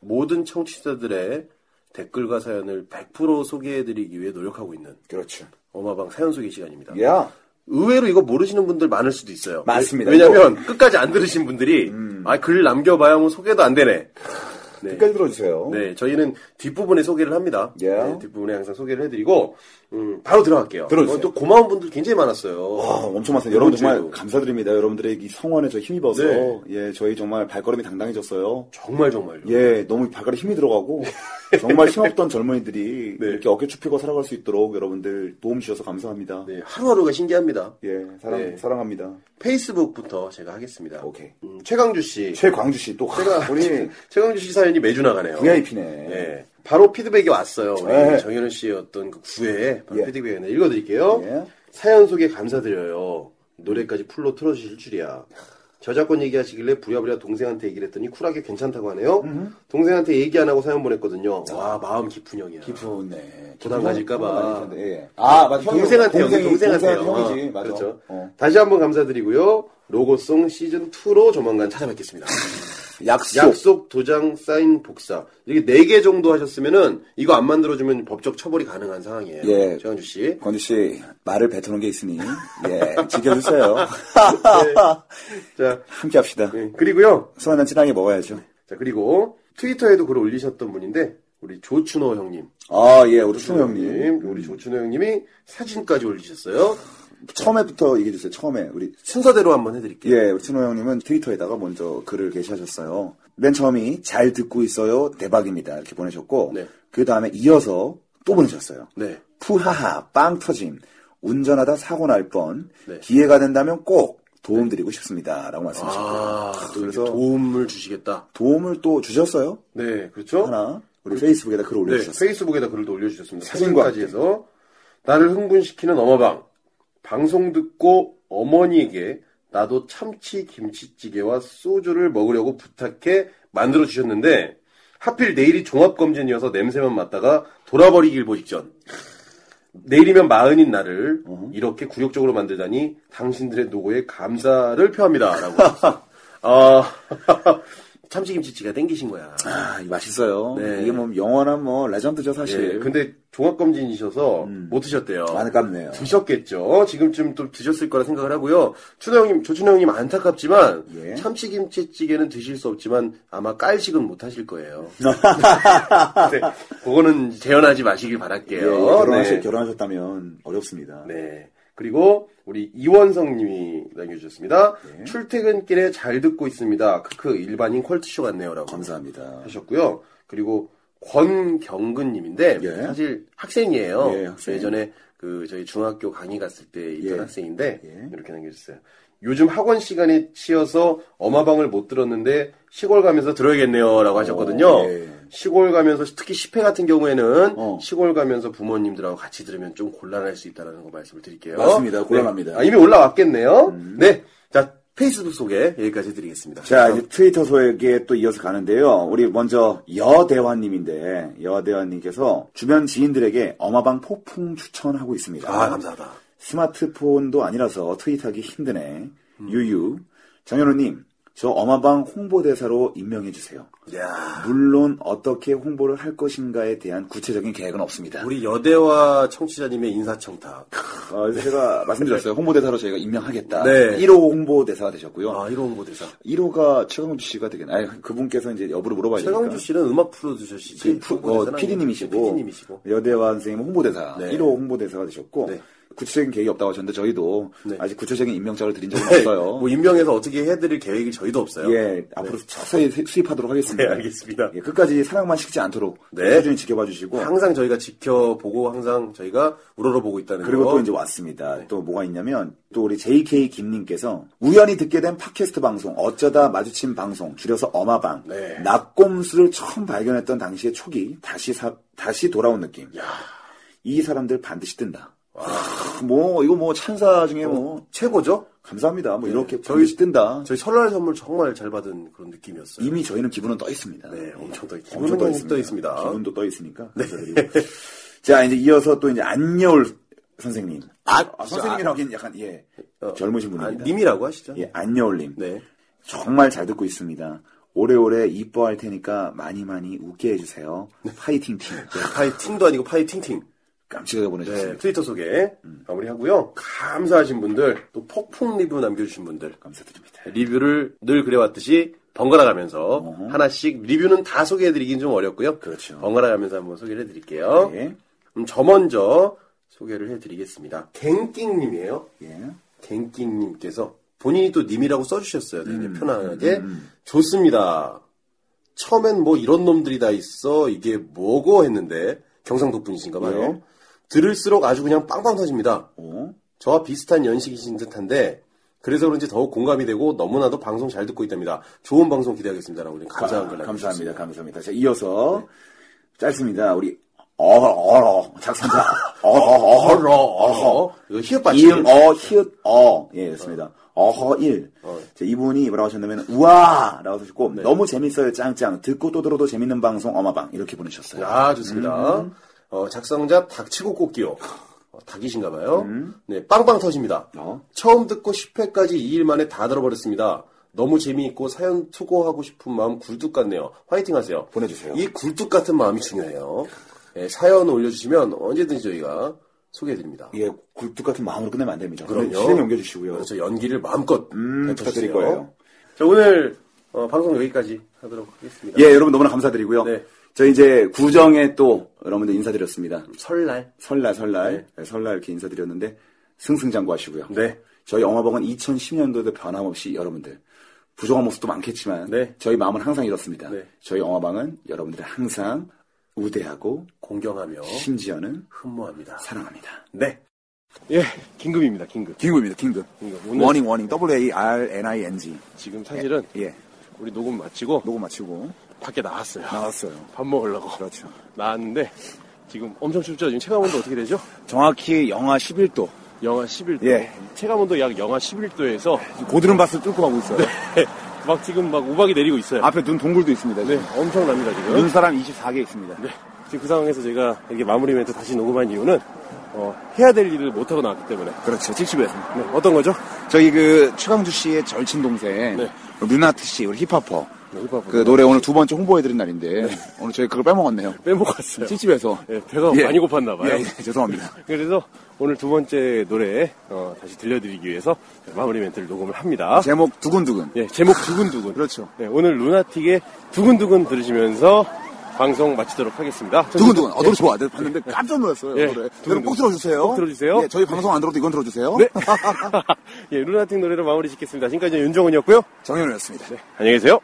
모든 청취자들의 댓글과 사연을 100% 소개해드리기 위해 노력하고 있는 그렇죠. 어마방 사연 소개 시간입니다. 야. 의외로 이거 모르시는 분들 많을 수도 있어요. 많습니다. 음. 왜냐면 끝까지 안 들으신 분들이 아, 글 남겨봐야 뭐 소개도 안 되네. 네. 끝까지 들어주세요. 네, 저희는 뒷부분에 소개를 합니다. 예. 네, 뒷부분에 항상 소개를 해드리고, 음, 바로 들어갈게요. 들어주세요. 어, 또 고마운 분들 굉장히 많았어요. 와, 엄청 많습니다. 여러분 정말 이번 주에도. 감사드립니다. 여러분들의 이 성원에 저 힘입어서 네. 예, 저희 정말 발걸음이 당당해졌어요. 정말 정말요. 예, 너무 발걸음 힘이 들어가고 정말 힘없던 젊은이들이 네. 이렇게 어깨 춥히고 살아갈 수 있도록 여러분들 도움 주셔서 감사합니다. 네, 하루하루가 신기합니다. 예, 사랑 네. 사랑합니다. 페이스북부터 제가 하겠습니다. 오케이. 음, 최강주 씨. 최광주 씨 또 제가- 우리 최강주 씨 사연이 매주 나가네요. VIP네. 예. 바로 피드백이 왔어요. 우리 예. 정현우 씨의 어떤 그 구애에 바로 예. 피드백이 왔네. 읽어드릴게요. 예. 사연 소개 감사드려요. 노래까지 풀로 틀어주실 줄이야. 저작권 얘기하시길래 부랴부랴 동생한테 얘기를 했더니 쿨하게 괜찮다고 하네요. 동생한테 얘기 안 하고 사연 보냈거든요. 와, 마음 깊은 형이야. 기쁘네. 부담 가질까봐. 예, 예. 아, 맞아. 동생한테 요 동생이- 동생한테 요 동생한테 형이지. 맞아. 그렇죠. 어. 다시 한번 감사드리고요. 로고송 시즌 2로 조만간 찾아뵙겠습니다. 약속. 약속 도장 사인 복사 이게 네 개 정도 하셨으면은 이거 안 만들어주면 법적 처벌이 가능한 상황이에요. 예. 최강주 씨. 광주 씨 말을 뱉어놓은 게 있으니 예, 지켜주세요. 자 함께 합시다. 예, 그리고요. 소환한 친하게 먹어야죠. 자 그리고 트위터에도 글을 올리셨던 분인데 우리 조춘호 형님. 아, 예, 우리 추모 형님. 네, 우리 조춘호 형님이 사진까지 올리셨어요. 처음에부터 얘기해주세요, 처음에. 우리, 순서대로 한번 해드릴게요. 예, 우리 추모 형님은 트위터에다가 먼저 글을 게시하셨어요. 맨 처음이 잘 듣고 있어요, 대박입니다. 이렇게 보내셨고, 네. 그 다음에 이어서 또 보내셨어요. 네. 푸하하, 빵 터짐, 운전하다 사고 날 뻔, 네. 기회가 된다면 꼭 도움드리고 싶습니다. 라고 말씀하셨고요. 아, 아또 이렇게 그래서- 도움을 주시겠다. 도움을 또 주셨어요? 네 그렇죠. 하나. 우리 페이스북에다 글을 네, 올려주셨어요. 페이스북에다 글도 올려주셨습니다. 사진과 사진까지 해서 나를 흥분시키는 어마방 방송 듣고 어머니에게 나도 참치 김치찌개와 소주를 먹으려고 부탁해 만들어 주셨는데 하필 내일이 종합 검진이어서 냄새만 맡다가 돌아버리길 보직전 내일이면 마흔인 나를 어? 이렇게 굴욕적으로 만들다니 당신들의 노고에 감사를 표합니다라고. 아 참치김치찌개 땡기신 거야. 아, 이거 맛있어요. 네. 이게 뭐 영원한 뭐 레전드죠, 사실. 예, 근데 종합검진이셔서 음. 못 드셨대요. 아, 안타깝네요. 드셨겠죠. 지금쯤 또 드셨을 거라 생각을 하고요. 추호 형님, 조춘호 형님 안타깝지만 예. 참치김치찌개는 드실 수 없지만 아마 깔식은 못 하실 거예요. 네, 그거는 재현하지 마시길 바랄게요. 예, 결혼하시, 네. 결혼하셨다면 어렵습니다. 네. 그리고 우리 이원성 님이 남겨주셨습니다. 예. 출퇴근길에 잘 듣고 있습니다. 크크 일반인 퀄트쇼 같네요라고. 감사합니다. 하셨고요. 그리고 권경근 님인데 예. 사실 학생이에요. 예, 학생. 예전에 그 저희 중학교 강의 갔을 때 있던 예. 학생인데 예. 이렇게 남겨주셨어요. 요즘 학원 시간에 치여서 엄마방을 못 들었는데 시골 가면서 들어야겠네요라고 하셨거든요. 예. 시골 가면서 특히 10회 같은 경우에는 어. 시골 가면서 부모님들하고 같이 들으면 좀 곤란할 수 있다는 거 말씀을 드릴게요. 맞습니다. 네. 곤란합니다. 음. 아, 이미 올라왔겠네요. 네. 자, 페이스북 소개 여기까지 해드리겠습니다. 자, 이제 트위터 소에게 또 이어서 가는데요. 우리 먼저 여대환님인데, 여대환님께서 주변 지인들에게 어마방 폭풍 추천하고 있습니다. 아, 감사하다. 스마트폰도 아니라서 트윗하기 힘드네. 유유. 정현우님, 저 어마방 홍보대사로 임명해주세요. 야 물론 어떻게 홍보를 할 것인가에 대한 구체적인 계획은 없습니다. 우리 여대와 청취자님의 인사청탁. 어, 그래서 제가 말씀드렸어요. 홍보대사로 저희가 임명하겠다. 네. 1호 홍보대사가 되셨고요. 아, 1호 홍보대사. 1호가 최강주 씨가 되겠나? 아니, 그분께서 이제 여부를 물어봐야 되니까. 최강주 씨는 음악 프로듀서시지. 그러니까. 그 어, PD님이시고, PD님이시고. 여대와 선생님 홍보대사, 네. 1호 홍보대사가 되셨고, 네. 구체적인 계획이 없다고 하셨는데, 저희도 네. 아직 구체적인 임명자를 드린 적은 네, 없어요. 뭐 임명해서 어떻게 해드릴 계획이 저희도 없어요. 예, 앞으로 서서히 수- 수입하도록 하겠습니다. 네, 알겠습니다. 예, 끝까지 사랑만 식지 않도록 네. 꾸준히 지켜봐 주시고, 항상 저희가 지켜보고 항상 저희가 우러러보고 있다는 그리고 거. 또 이제 왔습니다. 네. 또 뭐가 있냐면 또 우리 JK 김님께서 우연히 듣게 된 팟캐스트 방송 어쩌다 마주친 방송 줄여서 어마방 네. 낙곰수를 처음 발견했던 당시의 초기 다시 사, 다시 돌아온 느낌. 이 사람들 반드시 뜬다. 뭐 이거 뭐 찬사 중에 뭐 최고죠? 감사합니다. 뭐 이렇게 어. 네. 저희- 반드시 뜬다. 저희 설날 선물 정말 잘 받은 그런 느낌이었어요. 이미 저희는 기분은 떠 있습니다. 네, 엄청 떠 있- 엄청 기분은 떠 떠 있습니다. 네. 기분도 떠 있으니까. 감사드리고. 자, 이제 이어서 또 이제 안여울 선생님. 아, 선생님이라 하긴 약간 예 어, 젊으신 아, 분입니다. 님이라고 하시죠? 예, 안여울님. 네. 정말 잘 듣고 있습니다. 오래오래 이뻐할 테니까 많이 많이 웃게 해주세요. 파이팅 팀. 네, 파이팅도 아니고 파이팅팅. 깜찍하게 네, 보내주셨습니다. 트위터 소개 음. 마무리하고요. 감사하신 분들, 또 폭풍 리뷰 남겨주신 분들, 감사드립니다. 리뷰를 늘 그래왔듯이 번갈아 가면서 하나씩 리뷰는 다 소개해 드리긴 좀 어렵고요. 그렇죠. 번갈아 가면서 한번 소개를 해 드릴게요. 예. 그럼 저 먼저 소개를 해 드리겠습니다. 갱띵 님이에요. 예. 갱킹님께서 본인이 또 님이라고 써주셨어요. 되게 음, 편안하게. 좋습니다. 처음엔 뭐 이런 놈들이 다 있어. 이게 뭐고 했는데 경상도 분이신가 봐요. 예. 들을수록 아주 그냥 빵빵 터집니다. 오. 저와 비슷한 연식이신 듯한데 그래서 그런지 더욱 공감이 되고 너무나도 방송 잘 듣고 있답니다. 좋은 방송 기대하겠습니다라고 그냥 감사한 글 아, 남겨주셨습니다. 네. 감사합니다. 감사합니다. 자, 이어서 짧습니다. 우리 어허 어허 작성자 어허 어허 어허 어허 이거 히읗 받침 일어 히읗 어예 좋습니다. 어허 네. 일. 자, 이분이 뭐라고 하셨냐면 우와라고 하셨고 너무 재밌어요 짱짱 듣고 또 들어도 재밌는 방송 어마방 이렇게 보내셨어요. 아, 좋습니다. 음. 어, 작성자 닥치고 꽃기요. 어, 닭이신가 봐요. 네, 빵빵 터집니다. 음. 어. 처음 듣고 10회까지 2일 만에 다 들어버렸습니다. 너무 재미있고 사연 투고하고 싶은 마음 굴뚝 같네요. 화이팅 하세요. 보내주세요. 이 굴뚝 같은 마음이 중요해요. 네, 사연 올려주시면 언제든지 저희가 소개해드립니다. 예, 굴뚝 같은 마음으로 끝내면 안 됩니다. 그럼요. 실행 옮겨주시고요. 그래서 연기를 네, 마음껏 음, 부탁드릴 거예요. 자, 오늘 어, 방송 여기까지 하도록 하겠습니다. 예, 여러분 너무나 감사드리고요. 네. 저희 이제 구정에 또 여러분들 인사드렸습니다. 설날. 설날, 설날, 네, 설날 이렇게 인사드렸는데 승승장구하시고요. 네. 저희 영화방은 2010년도에도 변함없이 여러분들 부족한 모습도 많겠지만 네. 저희 마음은 항상 이렇습니다. 네. 저희 영화방은 여러분들을 항상 우대하고 어? 공경하며 심지어는 흠모합니다. 사랑합니다. 네. 예, 긴급입니다, 긴급. 긴급입니다, 긴급. 긴급. 오늘- 워닝, 워닝. W-A-R-N-I-N-G. 지금 사실은 예. 우리 녹음 마치고 녹음 마치고 밖에 나왔어요. 나왔어요. 밥 먹으려고. 그렇죠. 나왔는데 지금 엄청 춥죠? 지금 체감온도 어떻게 되죠? 정확히 영하 11도. 영하 11도. 예. 체감온도 약 영하 11도에서 네. 고드름 밭을 뚫고 가고 있어요. 막 지금 막 우박이 내리고 있어요. 앞에 눈 동굴도 있습니다. 네, 지금. 엄청납니다, 지금. 눈사람 24개 있습니다. 지금 그 상황에서 제가 이렇게 마무리 멘트 다시 녹음한 이유는 어, 해야 될 일을 못하고 나왔기 때문에. 그렇죠. 찝찝해서. 네, 어떤 거죠? 저희 그 최강주 씨의 절친 동생 네. 류나트 씨 우리 힙합퍼 네, 힙합퍼. 네. 그 노래 오늘 두 번째 홍보해드린 날인데 오늘 저희 그걸 빼먹었네요. 빼먹었어요. 찝찝해서 예, 배가 많이 고팠나 봐요. 예, 예, 죄송합니다. 그래서 오늘 두 번째 노래 어, 다시 들려드리기 위해서 마무리 멘트를 녹음을 합니다. 제목 두근두근. 예, 제목 두근두근. 그렇죠. 네, 오늘 루나틱의 두근두근 들으시면서 방송 마치도록 하겠습니다. 두근두근. 어, 노래 좋아. 내가 봤는데 깜짝 놀랐어요. 예, 노래. 두근두근. 여러분 꼭 들어주세요. 꼭 들어주세요. 예, 저희 방송 안 들어도 이건 들어주세요. 네. 예, 루나틱 노래로 마무리 짓겠습니다. 지금까지 윤종훈이었고요. 정현우였습니다. 안녕히 계세요.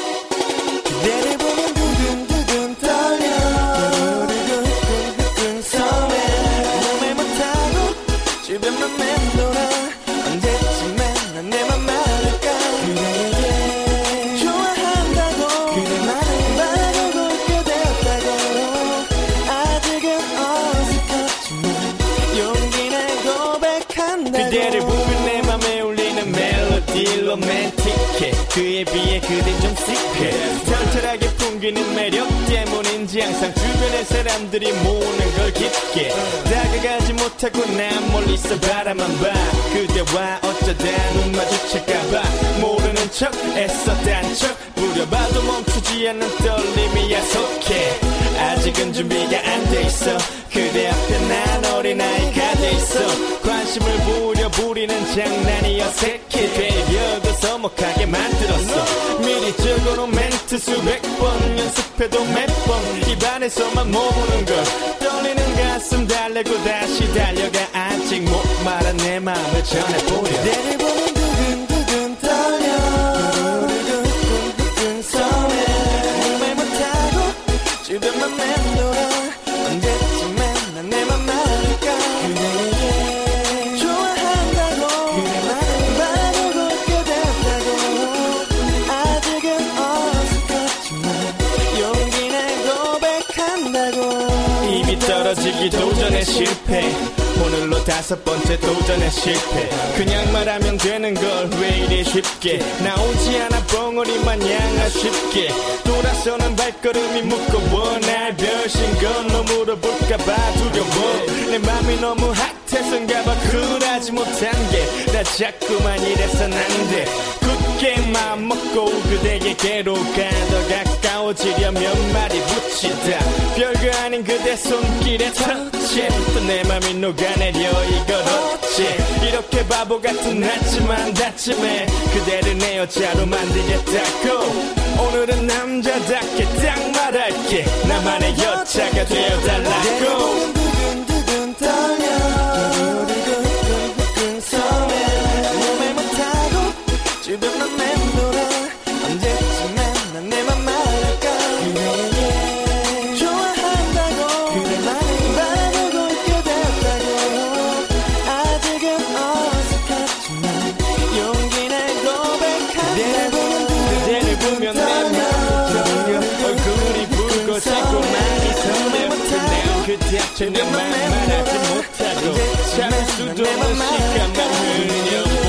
내를 보면 두근두근 떨려 두근두근 두근두근 설레 말 못하고 주변만 맴돌아 언제쯤엔 난내 맘만 알까 그대에게 좋아한다고 그대만을 말하고 골뼈되었다고 아직은 어색하지만 용기 내 고백한다고 그대를 보면 내 맘에 울리는 멜로디 로맨틱해 그에 비해 그댄 좀 씩해 털털하게 풍기는 매력 때문인지 항상 주변의 사람들이 모으는 걸 깊게 다가가지 못하고 난 멀리서 바라만 봐 그대와 어쩌다 눈 마주칠까봐 모르는 척 애썼단 척 부려봐도 멈추지 않는 떨림이 야속해 아직은 준비가 안 돼 있어 그대 앞에 난 어린아이가 돼 있어 관심을 부려 부리는 장난이 어색해 되려고 서먹하게 만들었어 미리 적어놓은 멘트 수백 번 연습해도 몇 번 입안에서만 머무는 걸 떨리는 가슴 달래고 다시 달려가 아직 못 말한 내 마음을 전해보려 내를 보면 두근두근 떨려 두근두근 설레 말 못하고 주변만 맴돌아 언제쯤엔 난내 맘 말할까 그대에게 좋아한다고 그대만을 바로 볼게 됐다고 아직은 어색하지만 용기 내고 백한다고 입이 떨어지기 도전에 실패 오늘로 다섯 번째 도전에 실패 그냥 말하면 되는 걸 왜 이리 쉽게 나오지 않아 벙어리만 향 아쉽게 돌아서는 발걸음이 무거워 날 별신 걸로 물어볼까봐 두려워 내 맘이 너무 핫해서인가봐 쿨하지 못한 게 나 자꾸만 이래선 안돼 쉽게 마음 먹고 그대에게로 가더 가까워지려면 말이 붙이다 별거 아닌 그대 손길에 터치부터 내 맘이 녹아내려 이걸 어째 이렇게 바보 같은 하지만 다짐해 그대를 내 여자로 만들겠다고 오늘은 남자답게 딱 말할게 나만의 여자가 되어달라고 두근두근 떨려 두근두근 두근두근 설레 몸에 못하고 주변만 맴돌아 언제쯤엔 난 내 맘 말할까 그래 좋아한다고 그대만의 바라보고 있게 됐다고 아직은 어색하지만 용기 내 고백한다고 그대를 보면 어, 내맘 얼굴이 붉어지고 많이 설레고 그대 앞에 내맘 말하지 못하고 참을 수도 없이 가만 흘려